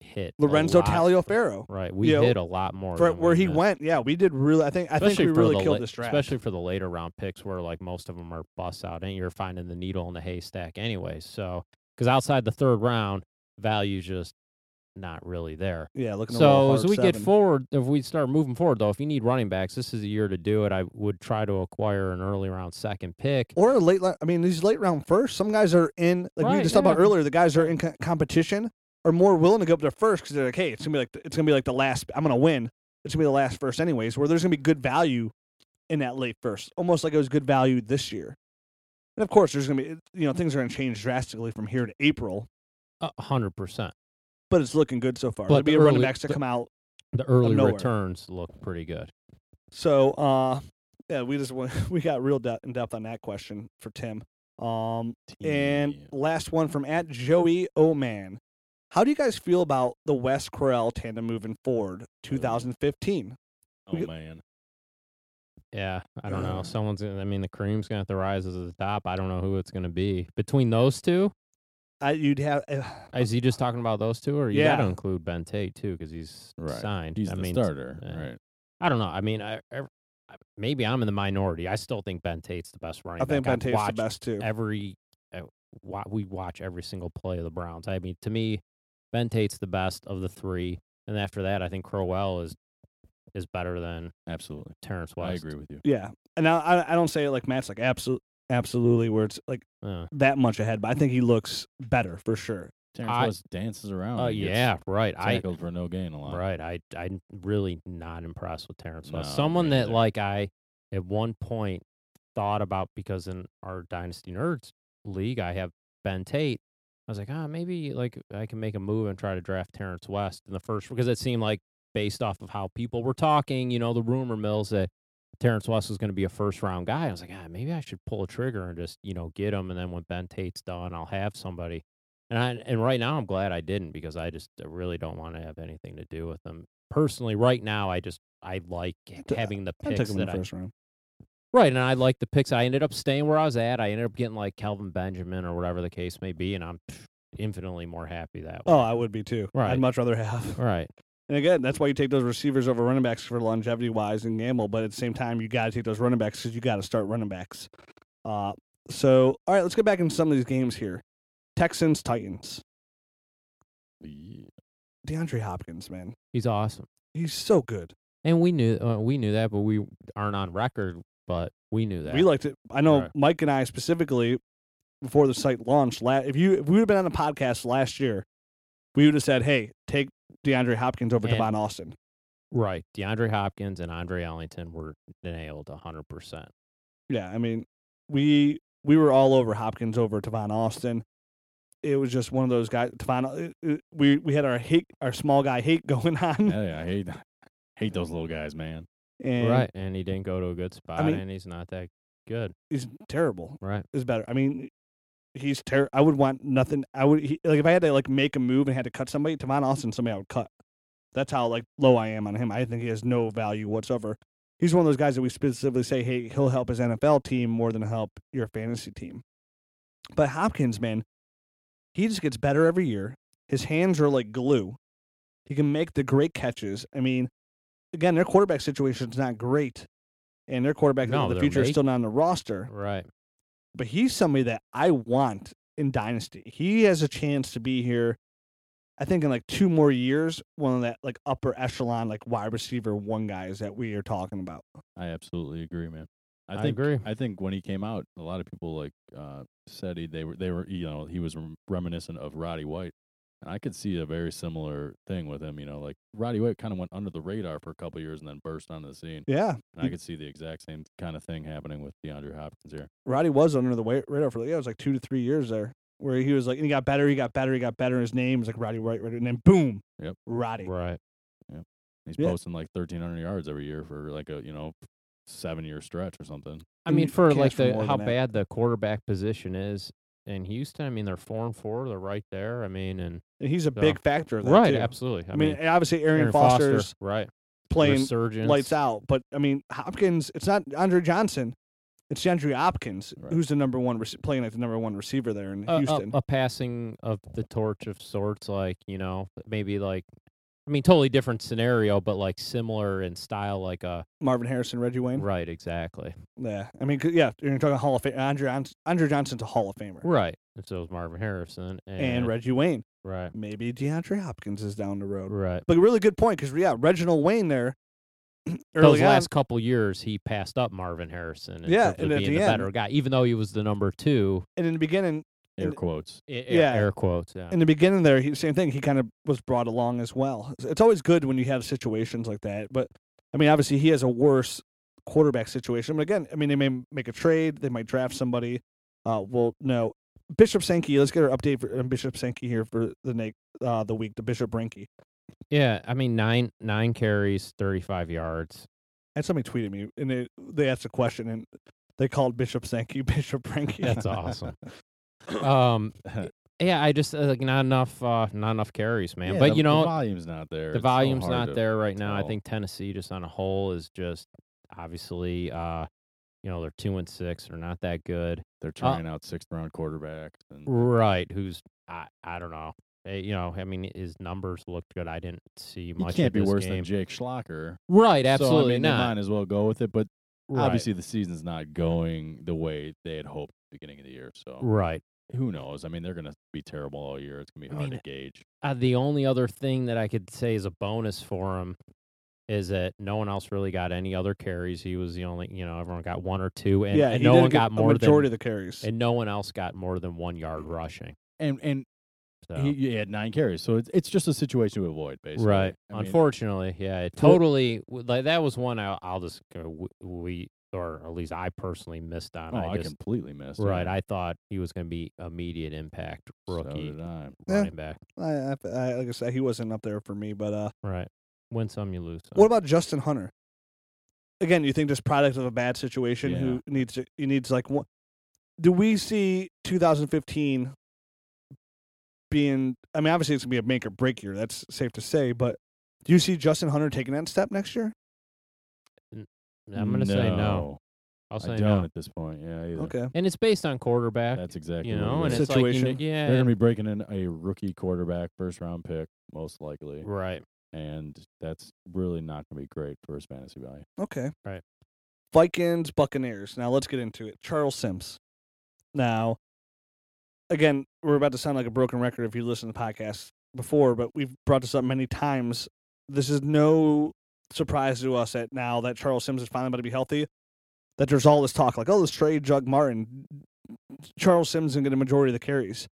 D: hit a
B: Lorenzo
D: lot-
B: Taliaferro.
D: Right, we
B: you know,
D: hit a lot more
B: For
D: than
B: where
D: we
B: he
D: missed.
B: went, yeah, we did really. I think I think we
D: Especially for
B: really
D: the
B: killed
D: la-
B: this draft.
D: especially for the later round picks, where like most of them are busts out, and you're finding the needle in the haystack anyway. So, because outside the third round, value's just not really there.
B: yeah, looking. at a
D: So
B: hard
D: as we get
B: seven.
D: forward, if we start moving forward though, if you need running backs, this is a year to do it. I would try to acquire an early round second pick.
B: or a late. li- I mean, these late round first. Some guys are in. Like we
D: Right,
B: just talked about
D: yeah.
B: earlier. The guys that are in co- competition are more willing to go up there first because they're like, hey, it's gonna be like the- it's gonna be like the last. I'm gonna win. It's gonna be the last first anyways. Where there's gonna be good value in that late first, almost like it was good value this year. And of course, there's gonna be you know things are gonna change drastically from here to April,
D: hundred percent.
B: but it's looking good so far. There'll
D: But
B: be
D: the
B: a running
D: early-
B: backs that
D: the-
B: come out
D: The early
B: nowhere.
D: returns look pretty good.
B: So, uh, yeah, we just *laughs* went, we got real de- in depth on that question for Tim. Um, and
C: Team.
B: last one from at Joey Oman. How do you guys feel about the West Corral tandem moving forward, 2015? we
C: oh
B: got-
C: man,
D: Yeah, I don't know.
B: Ugh.
D: Someone's. Gonna, I mean, the cream's gonna have to rise to the top. I don't know who it's gonna be between those two.
B: I, you'd have *sighs* uh,
D: Is he just talking about those two, or you got
B: Yeah.
D: to include Ben Tate too because he's
C: Right.
D: signed.
C: he's
D: I
C: the
D: mean,
C: starter,
D: yeah.
C: right?
D: I don't know. I mean, I, I, maybe I'm in the minority. I still think Ben Tate's the best running.
B: I think
D: back.
B: Ben
D: I've
B: Tate's the
D: watched
B: best too.
D: Every uh, wa- we watch every single play of the Browns. I mean, to me, Ben Tate's the best of the three, and after that, I think Crowell is is better than
C: Absolutely,
D: Terrence West.
C: I agree with you.
B: Yeah, and I, I I don't say it like Matt's like absolutely absolutely where it's like
D: Uh,
B: that much ahead, but I think he looks better for sure.
C: Terrence
D: I-
C: West dances around.
D: oh
C: and gets
D: yeah, right. I
C: tackled for no gain a lot.
D: Right. I I'm really not impressed with Terrence West.
C: No,
D: Someone
C: me
D: that
C: neither.
D: like I at one point thought about because in our Dynasty Nerds league I have Ben Tate. I was like, ah, maybe like I can make a move and try to draft Terrence West in the first because it seemed like based off of how people were talking, you know, the rumor mills that Terrence West was going to be a first round guy. I was like, ah, maybe I should pull a trigger and just, you know, get him. And then when Ben Tate's done, I'll have somebody. And I, and right now I'm glad I didn't because I just I really don't want to have anything to do with them personally. Right now, I just I like
B: T-
D: having the
B: I took
D: picks
B: him in the
D: that I
B: first round.
D: right, and I like the picks. I ended up staying where I was at. I ended up getting like Calvin Benjamin or whatever the case may be, and I'm pff, infinitely more happy that way.
B: Oh, I would be too. I'd
D: Right.
B: much rather have.
D: right,
B: And again, that's why you take those receivers over running backs for longevity wise and gamble. But at the same time, you got to take those running backs because you got to start running backs. Uh, so, all right, let's get back into some of these games here. Texans, Titans.
C: Yeah.
B: DeAndre Hopkins, man.
D: he's awesome.
B: He's so good.
D: And we knew uh, we knew that, but we aren't on record. But we knew that.
B: We liked it. I know
D: Right.
B: Mike and I specifically, before the site launched, la- if you if we would have been on the podcast last year, we would have said, hey, take DeAndre Hopkins over
D: And-
B: Devon Austin.
D: right. DeAndre Hopkins and Andre Ellington were nailed 100. percent
B: Yeah, I mean, we we were all over Hopkins over Tavon Austin. It was just one of those guys. Tavon, it- it- we we had our hate, our small guy hate *laughs* going on,
C: Hell yeah, I hate *laughs* hate those little guys, man.
B: and
D: Right, and he didn't go to a good spot,
B: mean-
D: and he's not that good.
B: he's terrible.
D: Right.
B: Is better. I mean, he's terrible. I would want nothing. I would he, like if I had to like make a move and had to cut somebody. Tavon Austin, somebody I would cut. That's how like low I am on him. I think he has no value whatsoever. He's one of those guys that we specifically say, hey, he'll help his NFL team more than help your fantasy team. But Hopkins, man, he just gets better every year. His hands are like glue. He can make the great catches. I mean, again, their quarterback situation's not great, and their quarterback
D: No,
B: of the
D: they're
B: future is
D: make-
B: still not on the roster
D: Right.
B: but he's somebody that I want in Dynasty. He has a chance to be here. I think in like two more years, one of that like upper echelon, like wide receiver one guys that we are talking about.
C: I absolutely agree, man. I
D: I
C: think
D: agree.
C: I think when he came out, a lot of people like uh, said he they were they were you know he was rem- reminiscent of Roddy White, and I could see a very similar thing with him. You know, like Roddy White kind of went under the radar for a couple years and then burst onto the scene.
B: Yeah,
C: And I could see the exact same kind of thing happening with DeAndre Hopkins here.
B: Roddy was under the wa- radar for like yeah, it was like two to three years there, where he was like and he got better, he got better, he got better. His name was like Roddy White, Roddy, and then boom,
C: Yep.
B: Roddy.
D: Right.
C: He's
B: Yeah.
C: posting like thirteen hundred yards every year for like a you know seven year stretch or something.
D: I
B: And
D: mean,
B: you
D: for
B: can
D: like
B: ask for more
D: the
B: than
D: how
B: that.
D: bad the quarterback position is in Houston, I mean they're four and four. They're right there. I mean, and
B: And he's a
D: So-
B: big factor of that
D: right,
B: too.
D: absolutely. I,
B: I mean, and obviously Aaron,
D: Aaron
B: Foster's
D: right
B: playing
D: resurgence.
B: lights out, but I mean Hopkins. It's not Andre Johnson. It's DeAndre Hopkins,
C: Right.
B: who's the number one rec- playing like the number one receiver there in
D: a, a,
B: Houston.
D: a passing of the torch of sorts, like you know, maybe like, I mean, totally different scenario, but like similar in style, like a
B: Marvin Harrison, Reggie Wayne.
D: right, exactly,
B: Yeah, I mean, 'cause- yeah, you're talking Hall of Fame. Andre, Johns- Andre Johnson's a Hall of Famer,
D: right. And so it was Marvin Harrison and,
B: and Reggie Wayne.
D: right,
B: Maybe DeAndre Hopkins is down the road.
D: right.
B: But really good point because yeah, Reginald Wayne there. *clears throat*
D: Those
B: early on-
D: last couple years, he passed up Marvin Harrison. in
B: Yeah,
D: terms of
B: and at
D: being
B: the
D: the better
B: end-
D: guy, even though he was the number two.
B: and in the beginning,
C: Air
B: And-
C: quotes.
D: i- air-
B: Yeah.
D: air quotes. Yeah,
B: in the beginning there, he, same thing. He kind of was brought along as well. It's- It's always good when you have situations like that. But I mean, obviously, he has a worse quarterback situation. But again, I mean, they may make a trade. They might draft somebody. Uh, well, no, Bishop Sankey. Let's get our update for, on Bishop Sankey here for the next uh, the week. The Bishop Brinky.
D: yeah. I mean, nine nine carries, thirty five yards.
B: I had somebody tweeted me, and they they asked a question, and they called Bishop Sankey *laughs* Bishop Brinky. *laughs*
D: That's awesome. Um,
C: *laughs*
D: yeah, I just uh, like not enough, uh, not enough carries, man.
C: Yeah,
D: but
C: the-
D: you know,
C: the volume's not there.
D: the
C: It's so
D: volume's
C: hard
D: not
C: to-
D: there right now. I
C: tell.
D: think Tennessee, just on a whole, is just obviously, uh, you know, they're two and six. They're not that good,
C: They're trying out sixth round quarterbacks. And
D: right? Who's I, I don't know. Eh, You know, I mean, his numbers looked good. I didn't see
C: you
D: much.
C: can't
D: of
C: be
D: this
C: worse
D: game.
C: than Jake Schlocker.
D: right.
C: so, I
D: Absolutely
C: mean, They
D: not.
C: might as well go with it. But
D: Right,
C: obviously, the season's not going the way they had hoped at the beginning of the year. So
D: right.
C: who knows? I mean, they're going to be terrible all year. It's going to be
D: I
C: hard
D: mean,
C: to gauge.
D: uh, the only other thing that I could say is a bonus for him is that no one else really got any other carries. He was the only, you know, everyone got one or two, and,
B: yeah,
D: and
B: he
D: no
B: did
D: one
B: get
D: got
B: a
D: more
B: majority
D: than,
B: of the carries.
D: and no one else got more than one yard rushing.
C: And and
D: So.
C: he, he had nine carries, so it's it's just a situation to avoid, basically.
D: Right.
C: I mean,
D: Unfortunately, yeah, it
C: Fo-
D: totally. w- Like that was one I, I'll just go. w- We or at least I personally missed on.
C: oh,
D: I
C: I,
D: just
C: completely missed. yeah.
D: right. I thought he was going to be immediate impact
C: So
D: rookie
C: did I. Eh.
B: Yeah.
D: running back.
B: I, I, I, like I said, he wasn't up there for me. But uh,
D: Right. Win some, you lose some.
B: what about Justin Hunter? Again, you think this product of a bad situation
C: Yeah.
B: who needs to, he needs like one. Do we see 2015 being? I mean, obviously it's gonna be a make or break year. That's safe to say. But do you see Justin Hunter taking that step next year?
D: I'm going to say no. I'll
C: I
D: say
C: don't
D: no.
C: at this point. Yeah. Either.
B: Okay.
D: And it's based on quarterback.
C: That's exactly.
D: you
C: what it
D: know, and
C: is.
D: it's like you know,
B: Situation.
C: They're
D: yeah,
C: going
D: and-
C: to be breaking in a rookie quarterback, first round pick, most likely.
D: right.
C: And that's really not going to be great for his fantasy value.
B: Okay.
D: Right.
B: Vikings, Buccaneers. Now let's get into it. Charles Sims. Now, again, we're about to sound like a broken record if you listen to the podcast before, but we've brought this up many times. This is no surprise to us that now that Charles Sims is finally about to be healthy, that there's all this talk like, oh, let's trade Jug Martin. Charles Sims is going to get a majority of the carries.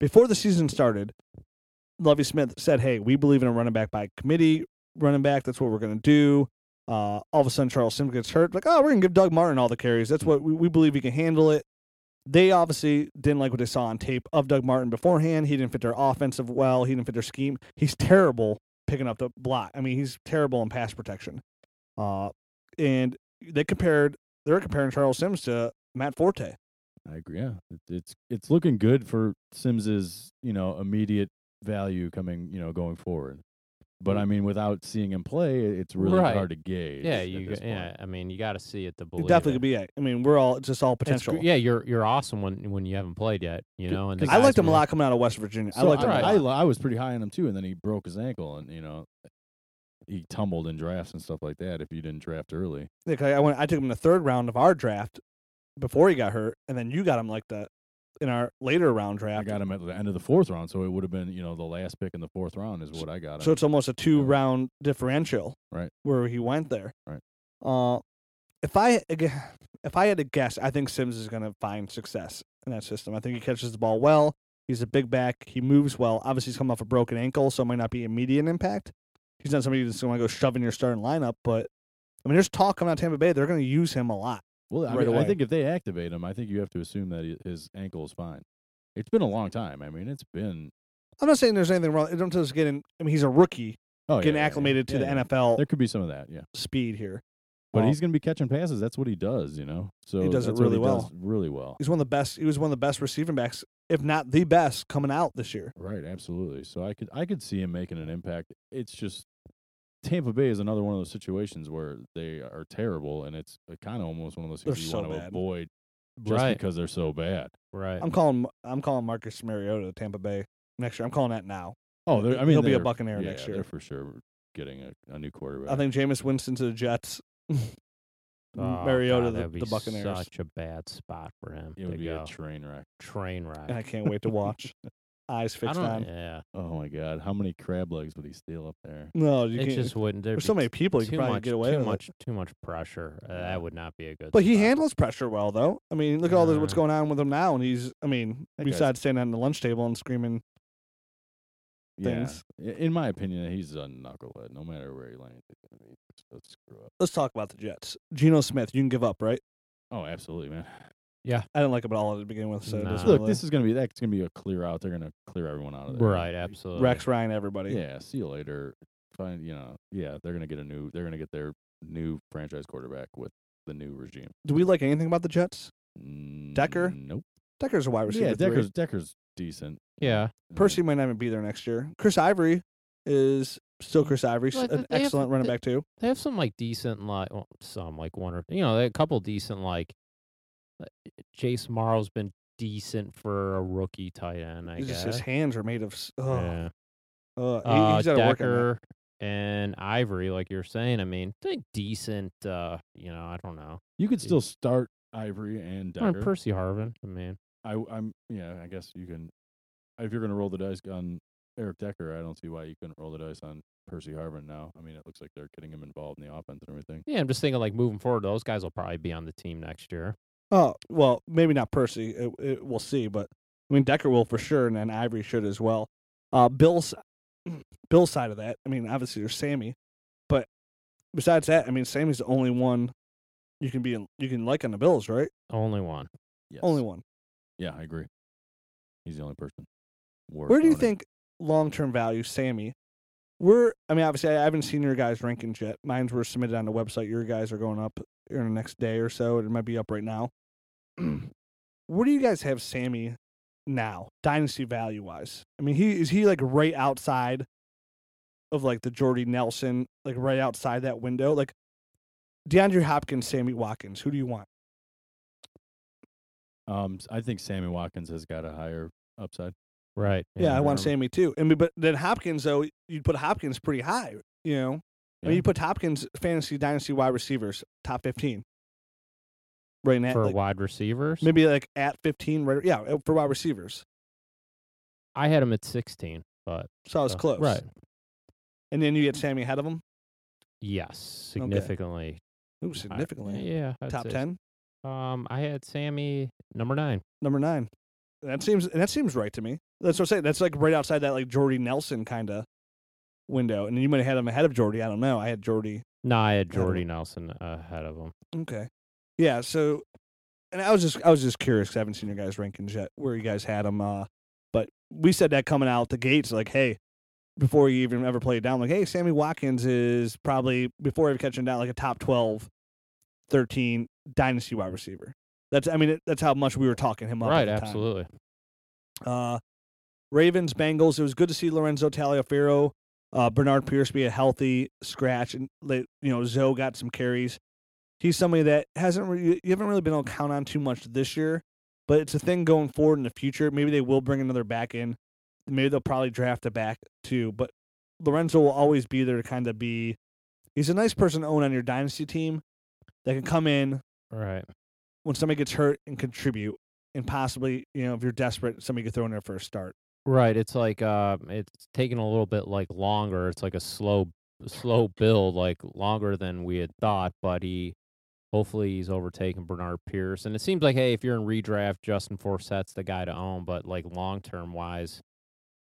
B: Before the season started, Lovey Smith said, hey, we believe in a running back by committee running back. That's what we're going to do. Uh, all of a sudden, Charles Sims gets hurt. Like, oh, we're gonna give Doug Martin all the carries. That's what we, we believe he can handle it. They obviously didn't like what they saw on tape of Doug Martin beforehand. He didn't fit their offensive well. He didn't fit their scheme. He's terrible picking up the block. I mean, he's terrible in pass protection. Uh, and they compared. They're comparing Charles Sims to Matt Forte.
C: I agree. Yeah. It, it's it's looking good for Sims's, you know, immediate value coming, you know, going forward. But I mean, without seeing him play, it's really
D: Right.
C: hard to gauge.
D: Yeah,
C: at
D: you.
C: this
D: g- Yeah,
C: point.
D: I mean, you got to see it to
B: He
D: believe.
B: definitely
D: it.
B: could be. A, I mean, we're all it's just all
D: It's gr-
B: potential.
D: Yeah, you're you're awesome when when you haven't played yet. You know, and the
B: I liked
D: guys
B: him a
D: were-
B: lot coming out of West Virginia. I
C: So
B: liked him. a
D: Right.
C: I,
B: lot.
C: li- I was pretty high on him too, and then he broke his ankle, and you know, he tumbled in drafts and stuff like that. If you didn't draft early,
B: Yeah, 'cause I, I went. I took him in the third round of our draft before he got hurt, and then you got him like the in our later round
C: I
B: draft.
C: got him at the end of the fourth round, so it would have been you know the last pick in the fourth round is what I got.
B: So
C: him.
B: it's almost a two
C: Yeah.
B: round differential,
C: Right.
B: Where he went there,
C: Right.
B: Uh, if I aga- *sighs* if I had to guess, I think Sims is going to find success in that system. I think he catches the ball well. He's a big back. He moves well. Obviously, he's come off a broken ankle, so it might not be immediate impact. He's not somebody that's going to go shoving your starting lineup, but I mean, there's talk coming out of Tampa Bay. They're going to use him a lot.
C: Well, I,
B: right
C: mean, I
B: away.
C: think if they activate him, I think you have to assume that he, his ankle is fine. It's been a long time. I mean, it's been
B: I'm not saying there's anything wrong. I'm just getting. I mean, he's a rookie
C: oh, yeah,
B: getting
C: yeah, yeah,
B: acclimated
C: yeah,
B: to
C: yeah.
B: the NFL
C: There could be some of that, yeah.
B: speed here. Um,
C: But
B: Well,
C: he's going to be catching passes. That's what he does, you know. So
B: does it
C: that's what
B: really
C: he
B: well.
C: does really well.
B: he's one of the best. He was one of the best receiving backs, if not the best, coming out this year.
C: Right, absolutely. So I could I could see him making an impact. It's just Tampa Bay is another one of those situations where they are terrible, and it's kind of almost one of those
B: They're
C: things you
B: so
C: want to
B: bad.
C: avoid just
D: right.
C: because they're so bad.
D: right.
B: I'm calling. I'm calling Marcus Mariota to Tampa Bay next year. I'm calling that now.
C: Oh, they're, I mean,
B: he'll be a
C: they're-
B: Buccaneer
C: yeah,
B: next
C: they're
B: year.
C: for sure. Getting a, a new quarterback.
B: I think Jameis Winston to the Jets. *laughs*
D: Oh,
B: Mariota
D: God,
B: the,
D: that'd be
B: the Buccaneers,
D: Such a bad spot for him
C: it
D: to
C: would be
D: go.
C: a train wreck.
D: train
B: and I
D: ride.
B: can't
D: *laughs*
B: wait to watch. Eyes
D: I
B: fixed
D: don't- eh.
B: on.
D: yeah,
C: Oh my God, how many crab legs would he steal up there?
B: No, you
D: it
B: can't.
D: just wouldn't. There'd
B: there's so
D: be
B: many people you
D: too
B: could probably
D: much,
B: get away
D: too
B: with. it.
D: much, too much pressure. Uh, that would not be a good.
B: But he
D: spot.
B: handles pressure well, though. I mean, look at all this, what's
D: Uh,
B: going on with him now, and he's. I mean,
C: That guy's-
B: besides standing on the lunch table and screaming,
C: Yeah.
B: Things.
C: I- In my opinion, he's a knucklehead. No matter where he lands, he's gonna be a screw up.
B: let's talk about the Jets. Geno Smith, you can give up, right?
C: Oh, absolutely, man.
B: I didn't like him at all to begin with. So it
D: Nah.
B: doesn't
C: Look,
B: really-
C: this is gonna be that's gonna be a clear out. They're gonna clear everyone out of there.
D: right.
C: Like,
D: Absolutely.
B: Rex Ryan, everybody.
C: Yeah. See you later. Find you know. Yeah, they're gonna get a new. They're gonna get their new franchise quarterback with the new regime.
B: Do we like anything about the Jets? Decker?
C: Mm, Nope.
B: Decker's a wide receiver.
C: Yeah,
B: three.
C: Decker's Decker's decent. Uh,
D: Yeah.
C: Yeah.
B: Percy might not even be there next year. Chris Ivory is still Chris Ivory, s-
D: Well, I
B: an
D: thought they have-
B: excellent running
D: they-
B: back too.
D: They have some like decent like well, some like one or you know a couple decent like. uh, Jace Morrow's been decent for a rookie tight end. I
B: It's
D: guess.
B: just his hands are made of. s- Ugh.
D: yeah.
B: Ugh. He-
D: uh,
B: he's got to work on that.
D: Decker and Ivory, like you're saying. I mean, they decent. uh, You know, I don't know.
C: You could still start Ivory and
D: Or
C: Decker.
D: Percy Harvin. I mean,
C: I, I'm yeah. I guess you can. If you're gonna roll the dice on Eric Decker, I don't see why you couldn't roll the dice on Percy Harvin now. I mean, it looks like they're getting him involved in the offense and everything.
D: yeah, I'm just thinking like moving forward, those guys will probably be on the team next year.
B: Oh well, maybe not Percy. It, it, we'll see, but I mean Decker will for sure, and then Ivory should as well. Uh, Bill's *clears throat* Bill's side of that. I mean, obviously there's Sammy, but besides that, I mean Sammy's the only one you can be in, you can like on the Bills, right?
D: Only one.
C: Yes.
B: Only one.
C: Yeah, I agree. He's the only person. worth
B: Where do you
C: owning.
B: think long term value, Sammy? We're I mean, obviously I haven't seen your guys' rankings yet. Mine's were submitted on the website. Your guys are going up in the next day or so. It might be up right now. Where do you guys have Sammy now, dynasty value wise? I mean, he is he like right outside of like the Jordy Nelson, like right outside that window? Like DeAndre Hopkins, Sammy Watkins, who do you want?
C: Um, s- I think Sammy Watkins has got a higher upside.
D: Right.
B: Yeah, I want
D: um,
C: remember.
B: Sammy too. I mean, but then Hopkins though, you'd put Hopkins pretty high, you know. I
C: Yeah.
B: mean, you put Hopkins fantasy dynasty wide receivers top fifteen, right now,
D: for
B: like,
D: wide receivers.
B: maybe like at fifteen, right? Yeah, uh, for wide receivers.
D: I had him at 16, but
B: So I was
D: uh,
B: close,
D: Right.
B: And then you get Sammy ahead of him.
D: Yes, significantly.
B: Ooh,
D: I-
B: significantly
D: yeah. I'd
B: top
D: say-
B: ten,
D: Um, I had Sammy number nine.
B: number nine. That seems and that seems right to me. That's what I'm saying. That's like right outside that like Jordy Nelson kind of window. And you might have had him ahead of Jordy. I don't know. I had Jordy
D: No, I
B: Ahead
D: had
B: of him.
D: Jordy Nelson ahead of him.
B: Okay. Yeah. So, and I was just I was just curious 'cause I haven't seen your guys' rankings yet, where you guys had them. Uh, but we said that coming out the gates, like, hey, before you even ever play it down, like, hey, Sammy Watkins is probably before ever catching down like a top 12, 13 dynasty wide receiver. That's I mean it, that's how much we were talking him up. at
D: Right.
B: the time.
D: Absolutely.
B: Uh, Ravens, Bengals. It was good to see Lorenzo Taliaferro, uh, Bernard Pierce be a healthy scratch, and let- you know Zoe got some carries. He's somebody that hasn't re- you- you haven't really been able to count on too much this year, but it's a thing going forward in the future. Maybe they will bring another back in. Maybe they'll probably draft a back too. But Lorenzo will always be there to kind of be. He's a nice person to own on your dynasty team that can come in,
D: Right.
B: when somebody gets hurt and contribute, and possibly you know if you're desperate, somebody could throw in their first start.
D: Right. It's like uh, it's taking a little bit like longer. It's like a slow, slow build, like longer than we had thought. But he, hopefully, he's overtaken Bernard Pierce. And it seems like, hey, if you're in redraft, Justin Forsett's the guy to own. But like long term wise,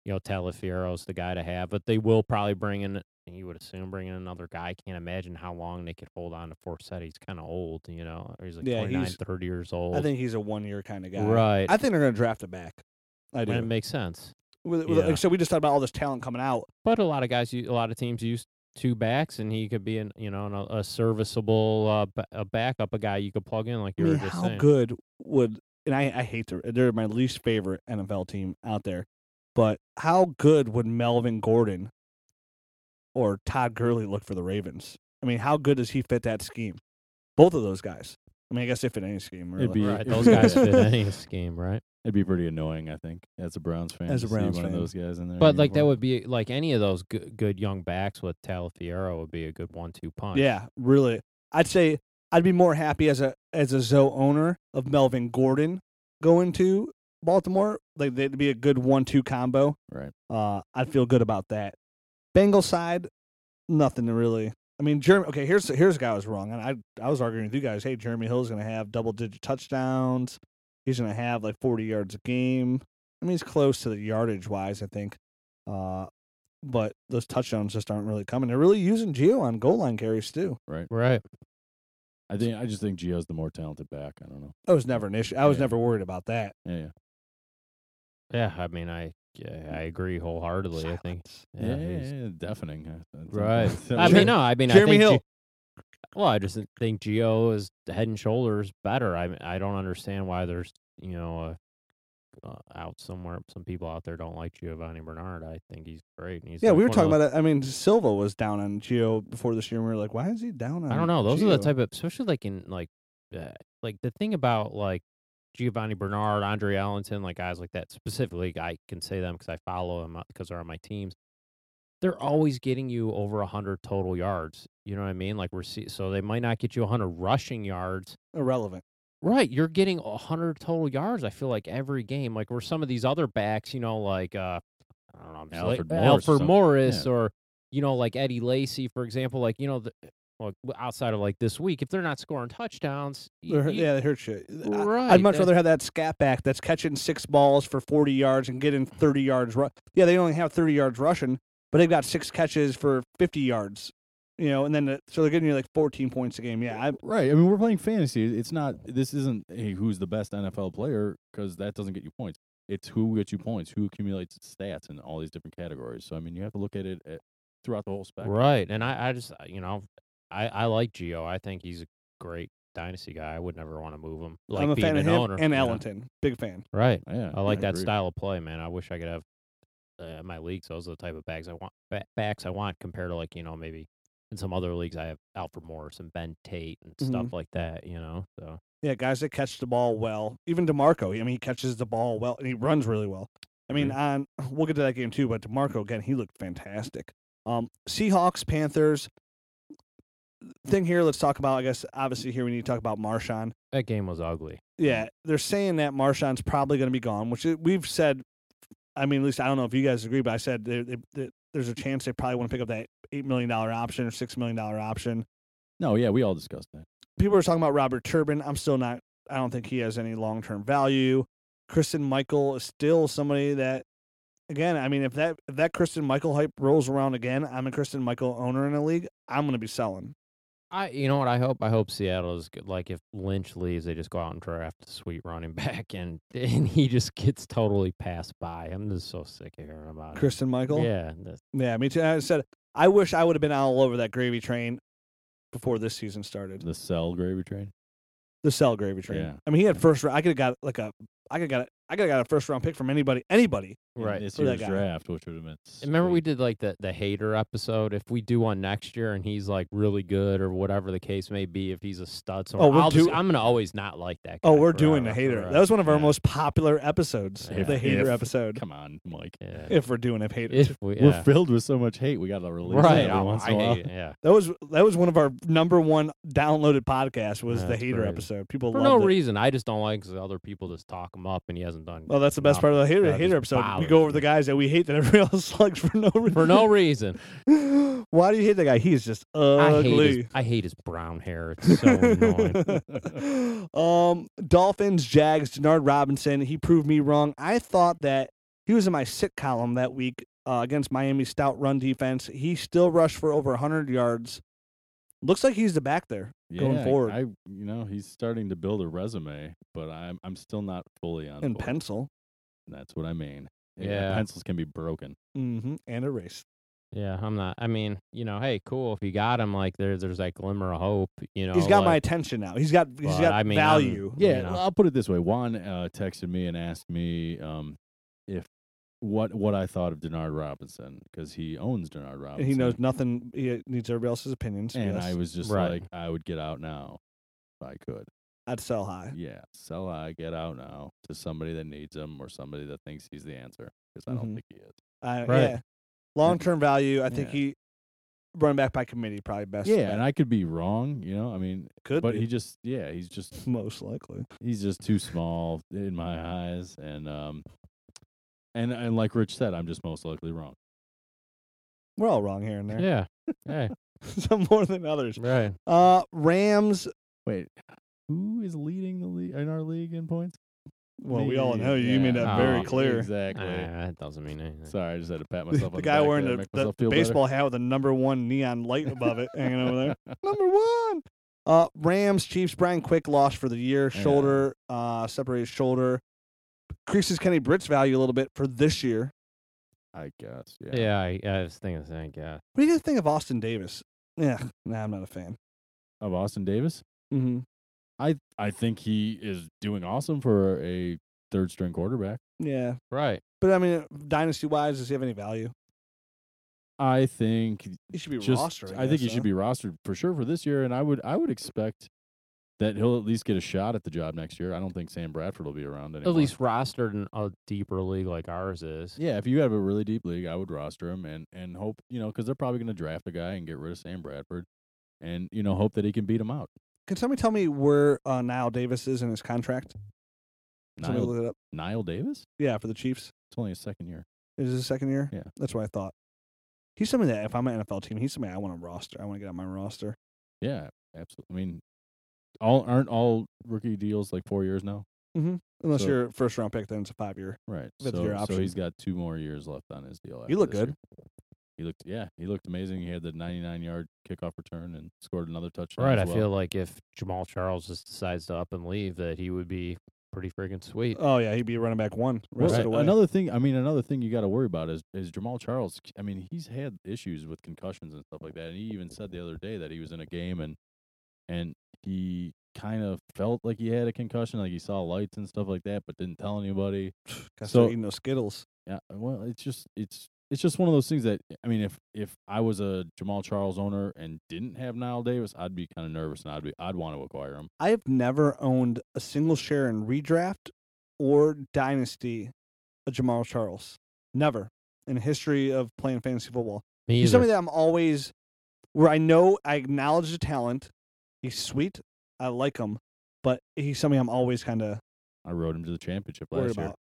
D: you know, Telefiero's the guy to have. But they will probably bring in. You would assume bring in another guy. I can't imagine how long they could hold on to Forsett. He's kind of old, you know. or He's like
B: Yeah,
D: twenty nine,
B: he's-
D: thirty 29, 30 years old.
B: I think he's a one year kind of guy.
D: right.
B: I think they're going to draft it back. I
D: and it
B: do.
D: makes sense.
B: With- with-
D: yeah.
B: like, so we just talked about all this talent coming out.
D: But a lot of guys, u- a lot of teams use two backs, and he could be an you know an, a- a serviceable uh, ba- a backup, a guy you could plug in, like
B: I
D: you
B: mean,
D: were just
B: how
D: saying.
B: good would and I, I hate to they're my least favorite NFL team out there, but how good would Melvin Gordon or Todd Gurley look for the Ravens? I mean, how good does he fit that scheme? Both of those guys. I mean, I guess they fit any scheme. Really.
C: It'd be-
D: Right,
B: *laughs*
D: those guys fit any scheme, right?
C: It'd be pretty annoying, I think, as a Browns fan.
B: As
C: to
B: a
C: see
B: Browns
C: one
B: fan.
C: of those guys in there.
D: But like that would be like any of those good, good young backs with Talafiero would be a good one-two punch.
B: Yeah, really. I'd say I'd be more happy as a as a Zoe owner of Melvin Gordon going to Baltimore. Like they'd be a good one-two combo.
C: Right.
B: Uh, I'd feel good about that. Bengal side, nothing to really. I mean, Jeremy. Okay, here's here's a guy I was wrong, and I I was arguing with you guys. Hey, Jeremy Hill's going to have double-digit touchdowns. He's going to have like 40 yards a game. I mean, he's close to the yardage wise, I think. Uh, but those touchdowns just aren't really coming. They're really using Geo on goal line carries too.
D: Right.
C: I think I just think Gio's the more talented back. I don't know.
B: That was never an issue. I was
C: Yeah.
B: never worried about that.
C: Yeah, yeah.
D: Yeah. I mean, I yeah,
B: Mm.
D: I agree wholeheartedly. I think.
B: Silence.
C: Yeah,
D: he's-
C: yeah, yeah, deafening. uh, I- I think
D: Right. *laughs*
C: that's-
D: I
C: *laughs*
D: mean, no, I mean,
B: Jeremy
D: I think G-
B: Hill.
D: well, I just think Geo is head and shoulders better. I mean, I don't understand why there's you know uh, uh, out somewhere some people out there don't like Giovanni Bernard. I think he's great. And he's
B: yeah,
D: like
B: we were
D: one of
B: talking
D: those-
B: about it. I mean, Silva was down on Geo before this year, and we were like, why is he down on?
D: I don't know. Those are the
B: Gio?
D: type of especially like in like uh, like the thing about like Giovanni Bernard, Andre Allenton, like guys like that specifically. I can say them because I follow them because they're on my teams. They're always getting you over hundred total yards. You know what I mean? Like we're see- so they might not get you hundred rushing yards.
B: irrelevant.
D: Right, you're getting hundred total yards. I feel like every game, like where some of these other backs, you know, like uh, I don't know, I'm just
C: Alfred
D: like-
C: Morris or
D: Alfred
C: something.
D: Morris,
C: Yeah.
D: or you know, like Eddie Lacy, for example, like you know, the, well, outside of like this week, if they're not scoring touchdowns, y-
B: They're-
D: you-
B: yeah, they hurt shit. I- I'd
D: right,
B: much
D: that-
B: rather have that scat back that's catching six balls for 40 yards and getting 30 yards. Ru- yeah, they only have 30 yards rushing, but they've got six catches for 50 yards. You know, and then the, so they're getting you like 14 points a game. Yeah, I,
C: right. I mean, we're playing fantasy. It's not. This isn't hey, who's the best NFL player because that doesn't get you points. It's who gets you points, who accumulates stats in all these different categories. So I mean, you have to look at it at, throughout the whole spectrum.
D: right. And I, I just, uh, you know, I, I like Geo. I think he's a great dynasty guy. I would never want to move him. Like
B: I'm a
D: being
B: fan of
D: an
B: him
D: owner
B: and
D: you know?
B: Allenton. Big fan.
D: Right.
C: Yeah,
D: I like that
C: agree.
D: style of play, man. I wish I could have uh, my leagues. Those are the type of bags I want. Ba- backs I want compared to like you know maybe in some other leagues I have Alfred Morris and Ben Tate and stuff like that. You know, so
B: Yeah, guys that catch the ball well. Even DeMarco, I mean, he catches the ball well and he runs really well. I mean,
D: Mhm.
B: on *sighs* we'll get to that game too, but DeMarco again, he looked fantastic. Um, Seahawks, Panthers. Thing here, let's talk about. I guess obviously here we need to talk about Marshawn.
D: that game was ugly.
B: Yeah, they're saying that Marshawn's probably going to be gone, which i- we've said. I mean, at least I don't know if you guys agree, but I said there, there, there- there's a chance they probably want to pick up that eight million dollar option or six million dollar option.
C: No, yeah, we all discussed that.
B: people are talking about Robert Turbin. I'm still not. I don't think he has any long term value. Kristen Michael is still somebody that, again, I mean, if that if that Kristen Michael hype rolls around again, I'm a Kristen Michael owner in a league. I'm gonna be selling.
D: I you know what I hope I hope Seattle is good. like if Lynch leaves they just go out and draft a sweet running *laughs* back and and he just gets totally passed by. I'm just so sick of hearing about it.
B: Kristen Michael.
D: Yeah, that's-
B: Yeah, me too. I said I wish I would have been all over that gravy train before this season started.
C: The cell gravy train.
B: The sell gravy train.
C: Yeah.
B: I mean, he had first round. I could have got like a. I could have got. a- I could have got a first round pick from anybody. Anybody.
C: in
D: right.
C: This
B: For that
C: year's
B: guy.
C: draft, which would have been.
D: Remember we
C: sweet.
D: did like the the hater episode. If we do one next year and he's like really good or whatever the case may be, if he's a stud, so
B: Oh, we're
D: I'll just-
B: do-
D: I'm gonna always not like that. Guy
B: Oh, we're doing the
D: forever,
B: hater.
D: forever.
B: That was one of our
C: Yeah.
B: most popular episodes.
D: Yeah.
B: The hater
C: If-
B: episode.
C: Come on, Mike.
D: yeah.
B: if we're doing if hated.
D: *laughs* If we,
C: We're
D: yeah.
C: filled with so much hate. We got to release
D: right,
C: it every
D: I-
C: once
D: I
C: in a while. *laughs*
D: hate it, yeah.
B: That was that was one of our number one downloaded podcasts was the
D: That's
B: hater
D: crazy.
B: episode. People
D: For no
B: loved it.
D: reason, I just don't like because other people just talk him up and he hasn't done.
B: Well, that's the best part of the hater,
D: Yeah, it
B: hater
D: just
B: episode. We
D: bothers
B: go over
D: me.
B: the guys that we hate that everyone *laughs* else likes for no reason.
D: for no reason.
B: *laughs* Why do you hate that guy? He's just
D: I hate,
B: ugly.
D: his, I hate his brown hair.
B: *laughs*
D: It's so annoying.
B: um, Dolphins, Jags, Denard Robinson. He proved me wrong. I thought that he was in my sit column that week uh, against Miami stout run defense. He still rushed for over 100 yards. Looks like he's the back there. going
C: Yeah,
B: forward.
C: I, you know, he's starting to build a resume, but I'm I'm still not fully on.
B: in
C: board.
B: pencil
C: That's what I mean.
D: Yeah.
C: pencils can be broken.
B: mm-hmm. and erase.
D: Yeah, I'm not. I mean, you know, hey, cool. If you got him, like there, there's that glimmer of hope. You know,
B: he's got my
D: like,
B: attention now. He's got he's
D: But,
B: got
D: I mean, I'm-
B: value.
D: Yeah,
C: Yeah, well, I'll put it this way. Juan uh, texted me and asked me um, if what what I thought of Denard Robinson because he owns Denard Robinson.
B: He knows nothing. He uh, needs everybody else's opinions.
C: And
B: yes.
C: I was just
D: Right.
C: like, I would get out now if I could.
B: I'd sell high.
C: Yeah, sell I get out now to somebody that needs him or somebody that thinks he's the answer because I
B: Mhm.
C: don't think he is.
B: I,
D: Right.
B: Yeah. Long term value. I think
C: Yeah.
B: he running back by committee probably best.
C: Yeah,
B: bet.
C: and I could be wrong, you know. I mean,
B: could.
C: but
B: be. *laughs*
C: he just, yeah, he's just
B: most likely.
C: he's just too small in my eyes, and um, and and like Rich said, I'm just most likely wrong.
B: We're all wrong here and there.
D: Yeah. Hey,
B: *laughs* Some more than others. *laughs*
D: right.
B: Uh, Rams.
C: Wait, who is leading the league in our league in points?
B: Well, we all know. You
C: Yeah.
B: made that very
D: Oh,
B: clear.
C: Exactly.
B: *laughs*
D: Nah, that doesn't mean anything.
C: Sorry, I just had to pat
B: The,
C: myself. on
B: the guy
C: back
B: wearing
C: there,
B: the,
C: make
B: the
C: myself feel better.
B: baseball hat with the number one neon light
C: *laughs*
B: above it hanging over there. Number one. Uh, Rams, Chiefs, Brian Quick lost for the year.
C: Yeah.
B: Shoulder, uh, separated shoulder. Increases Kenny Britt's value a little bit for this year.
C: *laughs* I guess. Yeah.
D: Yeah, I, I was thinking the same. Yeah.
B: What do you guys think of Austin Davis? Yeah, nah, I'm not a fan.
C: Of Austin Davis,
B: Mm-hmm.
C: I I think he is doing awesome for a third string quarterback.
B: Yeah,
D: Right.
B: but I mean, dynasty wise, does he have any value?
C: I think
B: He should be
C: just
B: rostered.
C: I, think he should be rostered for sure for this year, and I would I would expect that he'll at least get a shot at the job next year. I don't think Sam Bradford will be around anymore.
D: At least rostered in a deeper league like ours is.
C: yeah. If you have a really deep league, I would roster him and and hope you know because they're probably going to draft a guy and get rid of Sam Bradford, and you know hope that he can beat him out.
B: Can somebody tell me where uh, Niall Davis is in his contract? Somebody
C: Niall,
B: look it up.
C: Niall Davis.
B: Yeah, for the Chiefs.
C: It's only his second year.
B: Is his second year?
C: Yeah.
B: That's what I thought. He's somebody that if I'm an NFL team, he's somebody I want to roster. I want to get on my roster.
C: Yeah, absolutely. I mean, all aren't all rookie deals like four years now,
B: Unless
C: So-
B: you're a first round pick, then it's a five year.
C: right?
B: Fifth
C: so,
B: year
C: so
B: option.
C: he's got two more years left on his deal.
B: You
C: after
B: look
C: this
B: good.
C: year. He looked, yeah, he looked amazing. He had the 99 yard kickoff return and scored another touchdown.
D: Right.
C: as
D: I
C: well.
D: feel like if Jamal Charles just decides to up and leave, that he would be pretty freaking sweet.
B: Oh yeah, he'd be running back one. Rest
C: Well,
B: of the way.
C: Another thing, I mean, another thing you got to worry about is is Jamal Charles. I mean, he's had issues with concussions and stuff like that, and he even said the other day that he was in a game and and he kind of felt like he had a concussion, like he saw lights and stuff like that, but didn't tell anybody.
B: Gotta
C: so-
B: start eating those Skittles.
C: Yeah, well, it's just it's it's just one of those things that I mean, if if I was a Jamal Charles owner and didn't have Niall Davis, I'd be kind of nervous and I'd be I'd want to acquire him.
B: I have never owned a single share in redraft or dynasty of Jamal Charles. Never in the history of playing fantasy football.
D: Me
B: He's
D: either.
B: somebody that I'm always where I know I acknowledge the talent. He's sweet. I like him, but he's somebody I'm always kind of
C: I rode him to the championship
B: worried
C: last year.
B: about.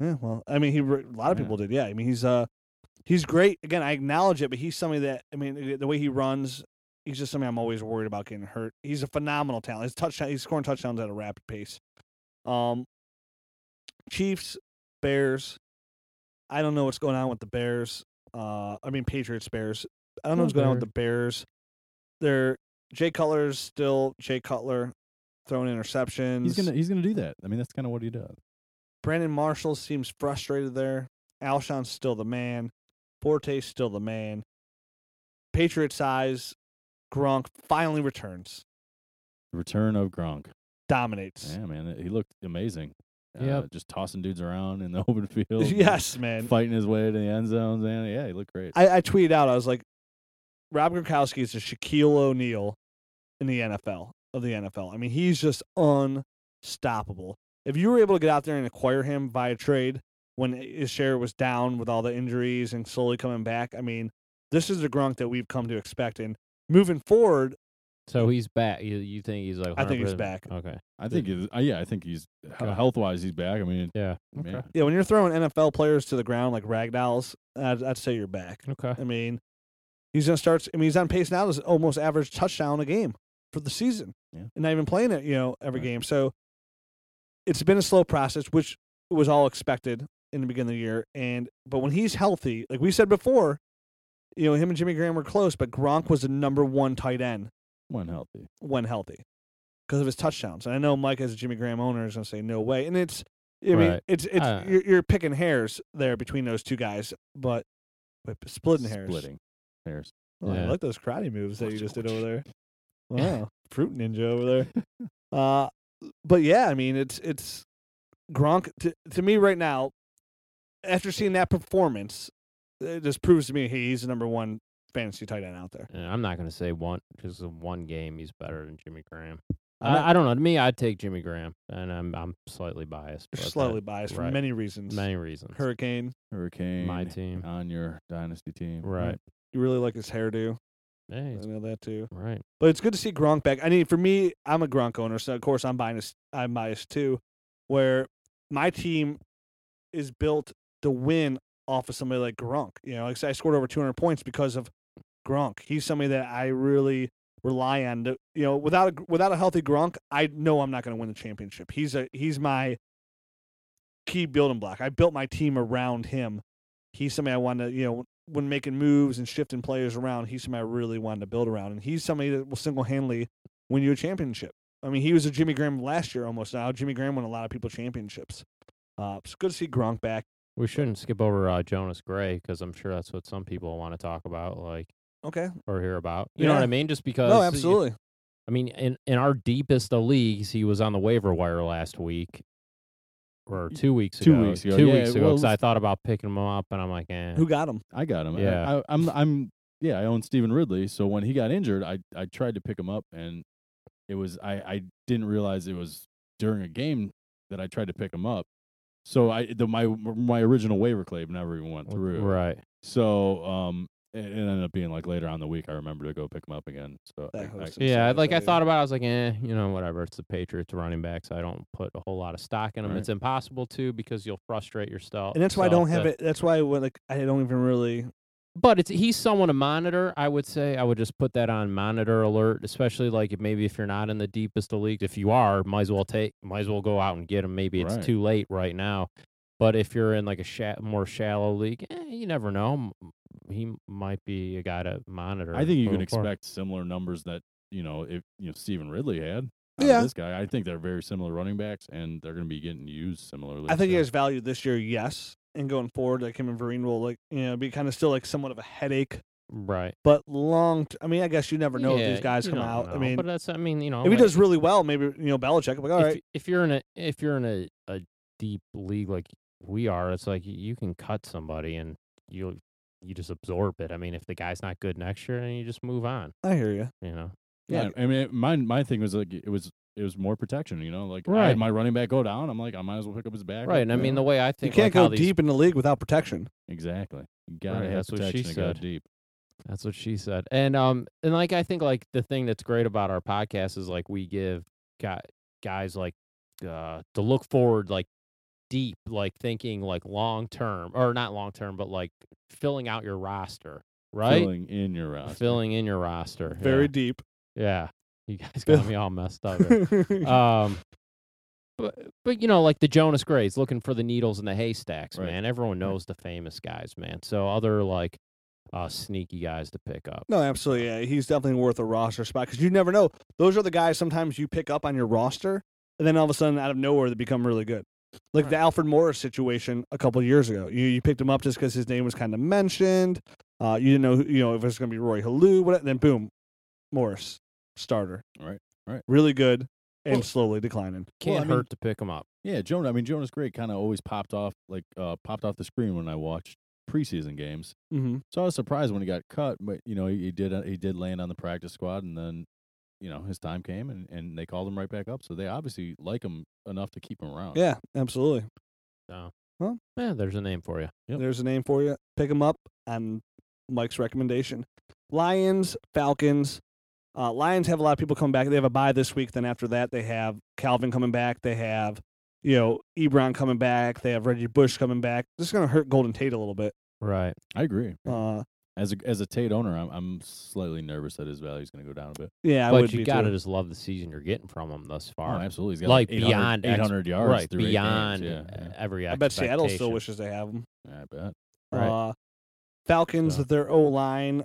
B: Yeah, well, I mean, he re- a lot of
C: Yeah.
B: people did. Yeah, I mean, he's uh, he's great. Again, I acknowledge it, but he's somebody that I mean, the way he runs, he's just something I'm always worried about getting hurt. He's a phenomenal talent. His touchdown, he's scoring touchdowns at a rapid pace. Um, Chiefs, Bears. I don't know what's going on with the Bears. Uh, I mean, Patriots, Bears. I don't know
D: Oh,
B: what's going on with the Bears. They're Jay Cutler's still Jay Cutler, throwing interceptions.
C: He's gonna he's gonna do that. I mean, that's kind of what he does.
B: Brandon Marshall seems frustrated there. Alshon's still the man. Forte's still the man. Patriot size, Gronk finally returns,
C: The return of Gronk.
B: dominates.
C: Yeah, man, he looked amazing.
D: Yep.
C: Uh, just tossing dudes around in the *laughs*
B: *laughs*
C: open field. and
B: yes, man.
C: fighting his way to the end zones, and yeah, he looked great.
B: I, I tweeted out, I was like, Rob Gronkowski is the Shaquille O'Neal in the NFL, of the NFL. I mean, he's just unstoppable. If you were able to get out there and acquire him via trade when his share was down with all the injuries and slowly coming back, I mean, this is the Gronk that we've come to expect. And moving forward,
D: so he's back. You, you think he's like?
B: I think he's
D: 100%?
B: back.
D: Okay.
C: I think, he's, uh, yeah, I think he's
D: Okay.
C: health wise, he's back. I mean,
D: Yeah.
C: Okay.
D: Okay.
B: yeah, when you're throwing NFL players to the ground like ragdolls, I'd, I'd say you're back.
D: Okay.
B: I mean, he's gonna start. I mean, he's on pace now to almost average touchdown a game for the season,
C: Yeah.
B: and not even playing it, you know, every
C: Right.
B: game. So it's been a slow process, which was all expected in the beginning of the year. And but when he's healthy, like we said before, you know, him and Jimmy Graham were close, but Gronk was the number one tight end
C: one healthy.
B: when healthy because of his touchdowns. And I know Mike, as a Jimmy Graham owner, is gonna say no way, and it's. I mean,
D: Right.
B: it's it's
D: Uh,
B: you're, you're picking hairs there between those two guys, but, but splitting hairs.
C: Splitting hairs.
B: Oh, I
D: Yeah.
B: like those karate moves that you just did over there. Wow, fruit ninja over there. Uh, but yeah, I mean, it's it's Gronk to, to me right now. after seeing that performance, it just proves to me hey, he's the number one fantasy tight end out there.
D: And I'm not going to say one because in one game he's better than Jimmy Graham.
B: I'm not-
D: I, I don't know. To me, I'd take Jimmy Graham, and I'm I'm slightly biased. but
B: You're
D: that-
B: slightly biased for
D: right.
B: many reasons.
D: many reasons.
B: Hurricane,
C: Hurricane
D: my team,
C: on your dynasty team.
D: right?
B: you really like his hairdo.
D: Hey,
B: I
D: it's-
B: know that too.
D: right.
B: But it's good to see Gronk back. I mean, for me, I'm a Gronk owner, so of course I'm biased. I'm biased too, where my team is built to win off of somebody like Gronk. You know, like I said, I scored over 200 points because of Gronk. He's somebody that I really rely on. To, you know, without a, without a healthy Gronk, I know I'm not going to win the championship. He's a he's my key building block. I built my team around him. He's somebody I want to you know when making moves and shifting players around, he's somebody I really wanted to build around, and he's somebody that will single handedly win you a championship. I mean, he was a Jimmy Graham last year almost. Now Jimmy Graham won a lot of people championships. Uh, it's good to see Gronk back.
D: We shouldn't skip over uh, Jonas Gray because I'm sure that's what some people want to talk about, like
B: Okay,
D: or hear about. You know what
B: Yeah.
D: I mean? Just because.
B: no,
D: you-
B: absolutely.
D: I mean, in in our deepest of leagues, he was on the waiver wire last week. Or two weeks
C: Two
D: ago.
C: weeks ago,
D: Two
C: yeah,
D: weeks ago.
C: well,
D: Because I thought about picking him up, and I'm like, eh.
B: Who got him?
C: I got him. I-
D: Yeah.
C: I, I'm. I'm. Yeah, I own Stephen Ridley. So when he got injured, I I tried to pick him up, and it was I I didn't realize it was during a game that I tried to pick him up. So I the, my my original waiver claim never even went through.
D: Right.
C: So um, it, it ended up being like later on in the week I remember to go pick him up again. So I,
B: That
C: I,
B: hurts.
D: Yeah,
B: Sorry
D: like
B: for
D: I
B: you.
D: thought about it, I was like, eh, you know, whatever. It's the Patriots running backs. I don't put a whole lot of stock in them.
C: Right.
D: It's impossible to because you'll frustrate yourself.
B: And that's why I don't have
D: it.
B: it. That's why when, like I don't even really.
D: but it's he's someone to monitor. I would say I would just put that on monitor alert, especially like if maybe if you're not in the deepest of leagues. If you are, might as well take, might as well go out and get him. Maybe it's
C: Right.
D: too late right now, but if you're in like a sha- more shallow league, eh, you never know. M- He m- might be a guy to monitor.
C: I think you can
D: moving forward.
C: expect similar numbers that you know if you know Stephen Ridley had. out of
B: Yeah.
C: this guy. I think they're very similar running backs, and they're going to be getting used similarly.
B: I think
C: so.
B: he has value this year, yes, and going forward, like him and Vereen will like you know be kind of still like somewhat of a headache,
D: right.
B: but long. T- I mean, I guess you never know
D: Yeah,
B: if these guys
D: you
B: come
D: don't
B: out. I
D: know,
B: mean,
D: but that's I mean you know
B: if he
D: like-
B: does really well, maybe you know Belichick. will be like, all
D: if,
B: right,
D: if you're in a if you're in a, a deep league like we are, it's like y- you can cut somebody and you you just absorb it. I mean, if the guy's not good next year, then you just move on.
B: I hear you.
D: You know,
C: Yeah, I mean, it- my my thing was like it was it was more protection. You know, like I
D: Right.
C: had my running back go down. I'm like, I might as well pick up his back.
D: right? And I mean, the way I
B: You
D: think
B: can't
D: like, how
B: go
D: these-
B: deep in the league without protection.
C: exactly. You gotta
D: Right,
C: have
D: that's what she
C: protection to go
D: said.
C: deep.
D: That's what she said. And um and like I think like the thing that's great about our podcast is like we give guy, guys like uh to look forward like deep like thinking like long term or not long term but like filling out your roster, right?
C: Filling in your roster.
D: filling in your roster. yeah.
B: Very deep.
D: Yeah. You guys
B: Bill- *laughs*
D: got me all messed up. here. um, but but you know, like the Jonas Grays looking for the needles in the haystacks,
C: Right.
D: man. Everyone
C: Right.
D: knows the famous guys, man. So other like uh, sneaky guys to pick up.
B: no, absolutely. Yeah, he's definitely worth a roster spot because you never know. Those are the guys sometimes you pick up on your roster, and then all of a sudden, out of nowhere, they become really good. Like the Alfred Morris situation a couple years ago. You you picked him up just because his name was kind of mentioned. Uh, you didn't know who- you know if it was going to be Roy Halou. What? Then boom, Morris starter.
C: Right, right.
B: Really good and
C: Well-
B: slowly declining.
C: I
D: Can't
C: mean-
D: hurt to pick them up.
C: Yeah, Jonah. I mean, Jonas Gray kind of always popped off like uh, popped off the screen when I watched preseason games.
B: Mm-hmm.
C: So I was surprised when he got cut, but you know he, he did uh, he did land on the practice squad, and then you know his time came, and, and they called him right back up. So they obviously like him enough to keep him around.
B: Yeah, absolutely.
D: So
B: Well.
D: yeah, there's a name for you.
B: There's a name for you. Pick them up on Mike's recommendation. Lions, Falcons. Uh, Lions have a lot of people coming back. They have a bye this week. Then after that, they have Calvin coming back. They have, you know, Ebron coming back. They have Reggie Bush coming back. This is going to hurt Golden Tate a little bit.
D: Right.
C: I agree.
B: Uh,
C: As a as a Tate owner, I'm I'm slightly nervous that his value is going to go down a bit.
B: yeah, I
D: but
B: would
D: you
B: be
D: gotta
B: too.
D: just love the season you're getting from them thus
C: Oh,
D: far.
C: absolutely. He's got
D: Like
C: 800
D: beyond ex-
C: 800 yards
D: right.
C: through eight games.
D: Beyond uh,
C: Yeah, yeah.
D: every.
B: I bet Seattle still
D: expectation.
B: wishes they have him.
C: I bet.
D: Right.
B: Uh, Falcons,
D: So-
B: their O line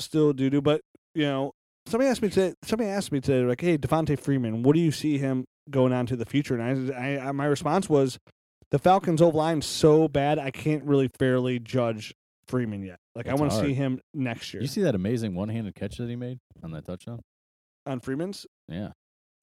B: still doo doo, but you know, somebody asked me today. Somebody asked me today, like, "Hey, Devontae Freeman, what do you see him going on to the future?" And I, I, I my response was, "The Falcons' O line's so bad, I can't really fairly judge Freeman yet. Like, I
C: It's
B: want to
C: hard.
B: see him next year
C: You see that amazing one-handed catch that he made on that touchdown?
B: on Freeman's.
C: Yeah.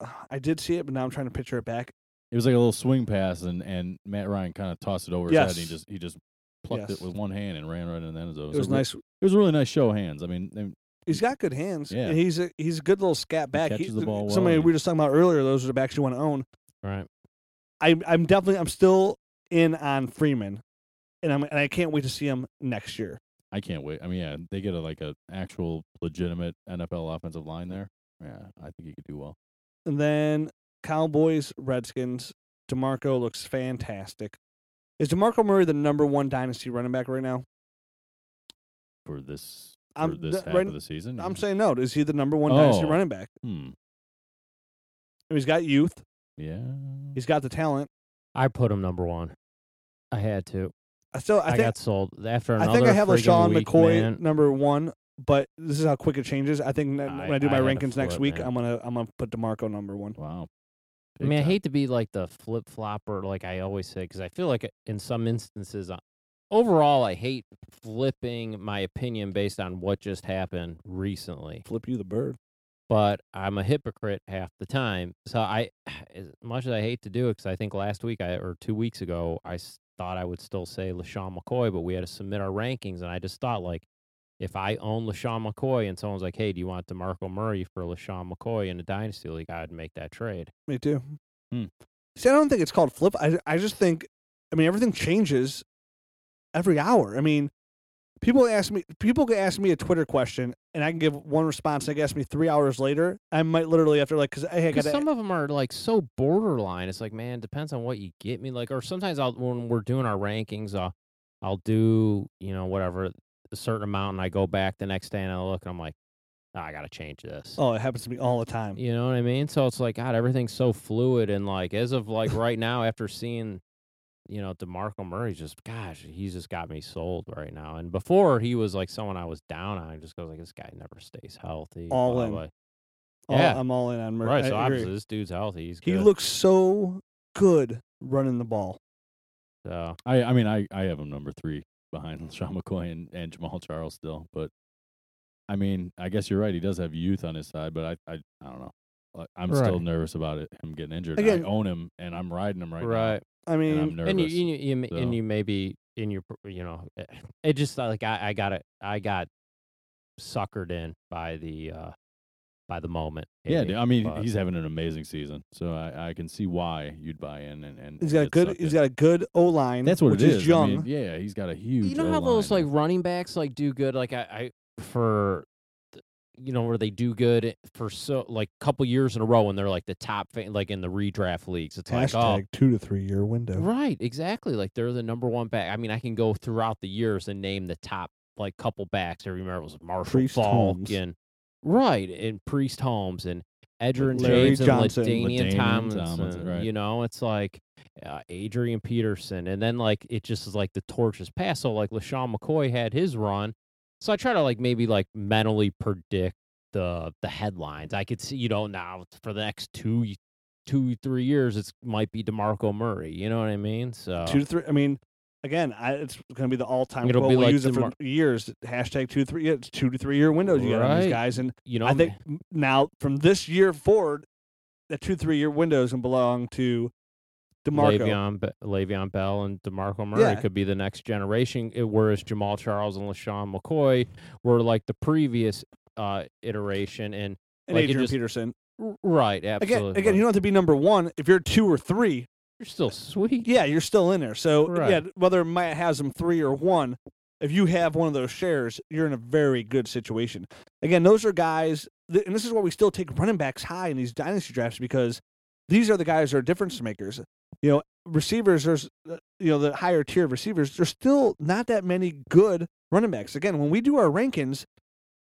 B: Uh, I did see it, but now I'm trying to picture it back.
C: It was like a little swing pass, and, and Matt Ryan kind of tossed it over his head. And
B: Yes.
C: he just he just plucked
B: Yes.
C: it with one hand and ran right into the end zone.
B: It
C: So
B: was
C: re-
B: nice.
C: It was a really nice show of hands. I mean, they-
B: He's got good hands.
C: Yeah.
B: and he's a he's a good little scat back.
C: catches
B: He's
C: the ball well
B: somebody
C: and-
B: we were just talking about earlier. Those are the backs you want to own.
D: Right.
B: I I'm definitely I'm still in on Freeman, and I'm and I can't wait to see him next year.
C: I can't wait. I mean, yeah, they get a, like a actual legitimate NFL offensive line there. Yeah, I think he could do well.
B: And then Cowboys Redskins. Demarco looks fantastic. Is Demarco Murray the number one dynasty running back right now?
C: for this for
B: I'm
C: this
B: th-
C: half
B: right-
C: of the season.
B: I'm
C: yeah.
B: saying no. Is he the number one dynasty
C: Oh.
B: running back?
C: Hmm.
B: I mean, he's got youth.
C: Yeah.
B: He's got the talent.
D: I put him number one. I had to.
B: I still I,
D: I,
B: think
D: got sold after
B: I
D: another.
B: think I have
D: friggin'
B: LaShawn
D: week,
B: McCoy
D: man.
B: number one, but this is how quick it changes. I think that
D: I-
B: when I do
D: I
B: my
D: had to
B: rankings next
D: flip,
B: week,
D: man.
B: I'm gonna I'm gonna put Demarco number one.
C: Wow.
D: I
C: Big
D: mean, I
C: time.
D: hate to be like the flip flopper, like I always say, because I feel like uh, in some instances, I- overall, I hate flipping my opinion based on what just happened recently.
B: Flip you the bird.
D: But I'm a hypocrite half the time. So I, *sighs* as much as I hate to do it, because I think last week I or two weeks ago, I s- thought I would still say LaShawn McCoy, but we had to submit our rankings, and I just thought like. If I own LaShawn McCoy and someone's like, hey, do you want DeMarco Murray for LaShawn McCoy in a dynasty league? I'd make that trade.
B: Me too.
C: Hmm.
B: See, I don't think it's called flip. I I just think, I mean, everything changes every hour. I mean, people ask me people can ask me a Twitter question, and I can give one response. They can ask me three hours later. I might literally after like because hey, I got
D: Because some of them are like so borderline. It's like, man, depends on what you get me. Like, or sometimes I'll when we're doing our rankings, I'll I'll do you know whatever a certain amount, and I go back the next day and I look and I'm like, "Ah, I gotta change this.
B: oh, it happens to me all the time.
D: You know what I mean? So it's like, God, everything's so fluid and like as of like right now, after seeing, you know, Demarco Murray's just, gosh, he's just got me sold right now. And before he was like someone I was down on, just goes like, this guy never stays healthy.
B: All
D: blah,
B: in.
D: blah.
B: All-
D: Yeah.
B: I'm all in on Murray.
D: Right,
B: I
D: so
B: agree.
D: obviously this dude's healthy. He's
B: He
D: good.
B: looks so good running the ball.
D: so.
C: I I mean I I have him number three behind *laughs* Sean McCoy and, and Jamal Charles still, but I mean I guess you're right. He does have youth on his side, but I I, I don't know. Like, I'm still
D: Right.
C: nervous about it, him getting injured.
B: Again-
C: I own him and I'm riding him right, now,
D: right.
B: I mean,
C: and I'm nervous.
D: And you, you, you, m-
C: so.
D: and you maybe in your, pr- you know, eh, it just uh, like I, I got it. I got suckered in by the, uh by the moment.
C: yeah,
D: It-
C: dude, I mean
D: but-
C: he's having an amazing season, so I, I can see why you'd buy in and and
B: He's
C: and
B: got a
C: get
B: good.
C: sucked
B: He's
C: in.
B: got a good O line.
C: That's what
B: which
C: it
B: is.
C: is. I
B: Young.
C: mean, yeah, he's got a huge.
D: You know how
C: O-line
D: those like
C: and-
D: running backs like do good, like I, I for, th- you know, where they do good eh, for so like couple years in a row, and they're like the top, fa- like in the redraft leagues. It's like oh,
B: Hashtag two to three year window.
D: Right, exactly. Like they're the number one back. I mean, I can go throughout the years and name the top like couple backs. I remember it was Marshall
B: Priest
D: Falk
B: Holmes.
D: and right, and Priest Holmes and Edger and
B: Larry
D: James
B: Johnson.
D: and Ladainian
C: LaDainian
D: Tomlinson.
C: Tomlinson, right.
D: You know, it's like uh, Adrian Peterson, and then like it just is like the torch is passed. So like Lashawn McCoy had his run. So I try to like maybe like mentally predict the the headlines. I could see you know now for the next two y- two three years it's might be Demarco Murray. You know what I mean? So
B: Two to three. I mean, again, I, it's going to be the all time
D: Oh. It'll
B: quote.
D: be
B: We'll
D: like
B: use it for
D: DeMar-
B: years. Hashtag two to three. yeah, It's two to three year windows you got on these
D: Right.
B: guys, and
D: you know
B: I think now from this year forward, that two three year window is going to belong to Demarco.
D: Le'Veon, Be- Le'Veon Bell and Demarco Murray
B: Yeah.
D: could be the next generation, i- whereas Jamal Charles and Lashawn McCoy were like the previous uh, iteration. And
B: and
D: Like, it
B: Adrian
D: just-
B: Peterson.
D: r- right,
B: Again,
D: absolutely.
B: again, you don't have to be number one. If you're two or three,
D: are still *laughs* sweet.
B: yeah, you're still in there. So
D: Right.
B: yeah, whether Matt has them three or one, if you have one of those shares, you're in a very good situation. Again, those are guys, th- and this is why we still take running backs high in these dynasty drafts because these are the guys that are difference makers. You know, receivers, there's uh, you know the higher tier of receivers. There's still not that many good running backs. Again, when we do our rankings.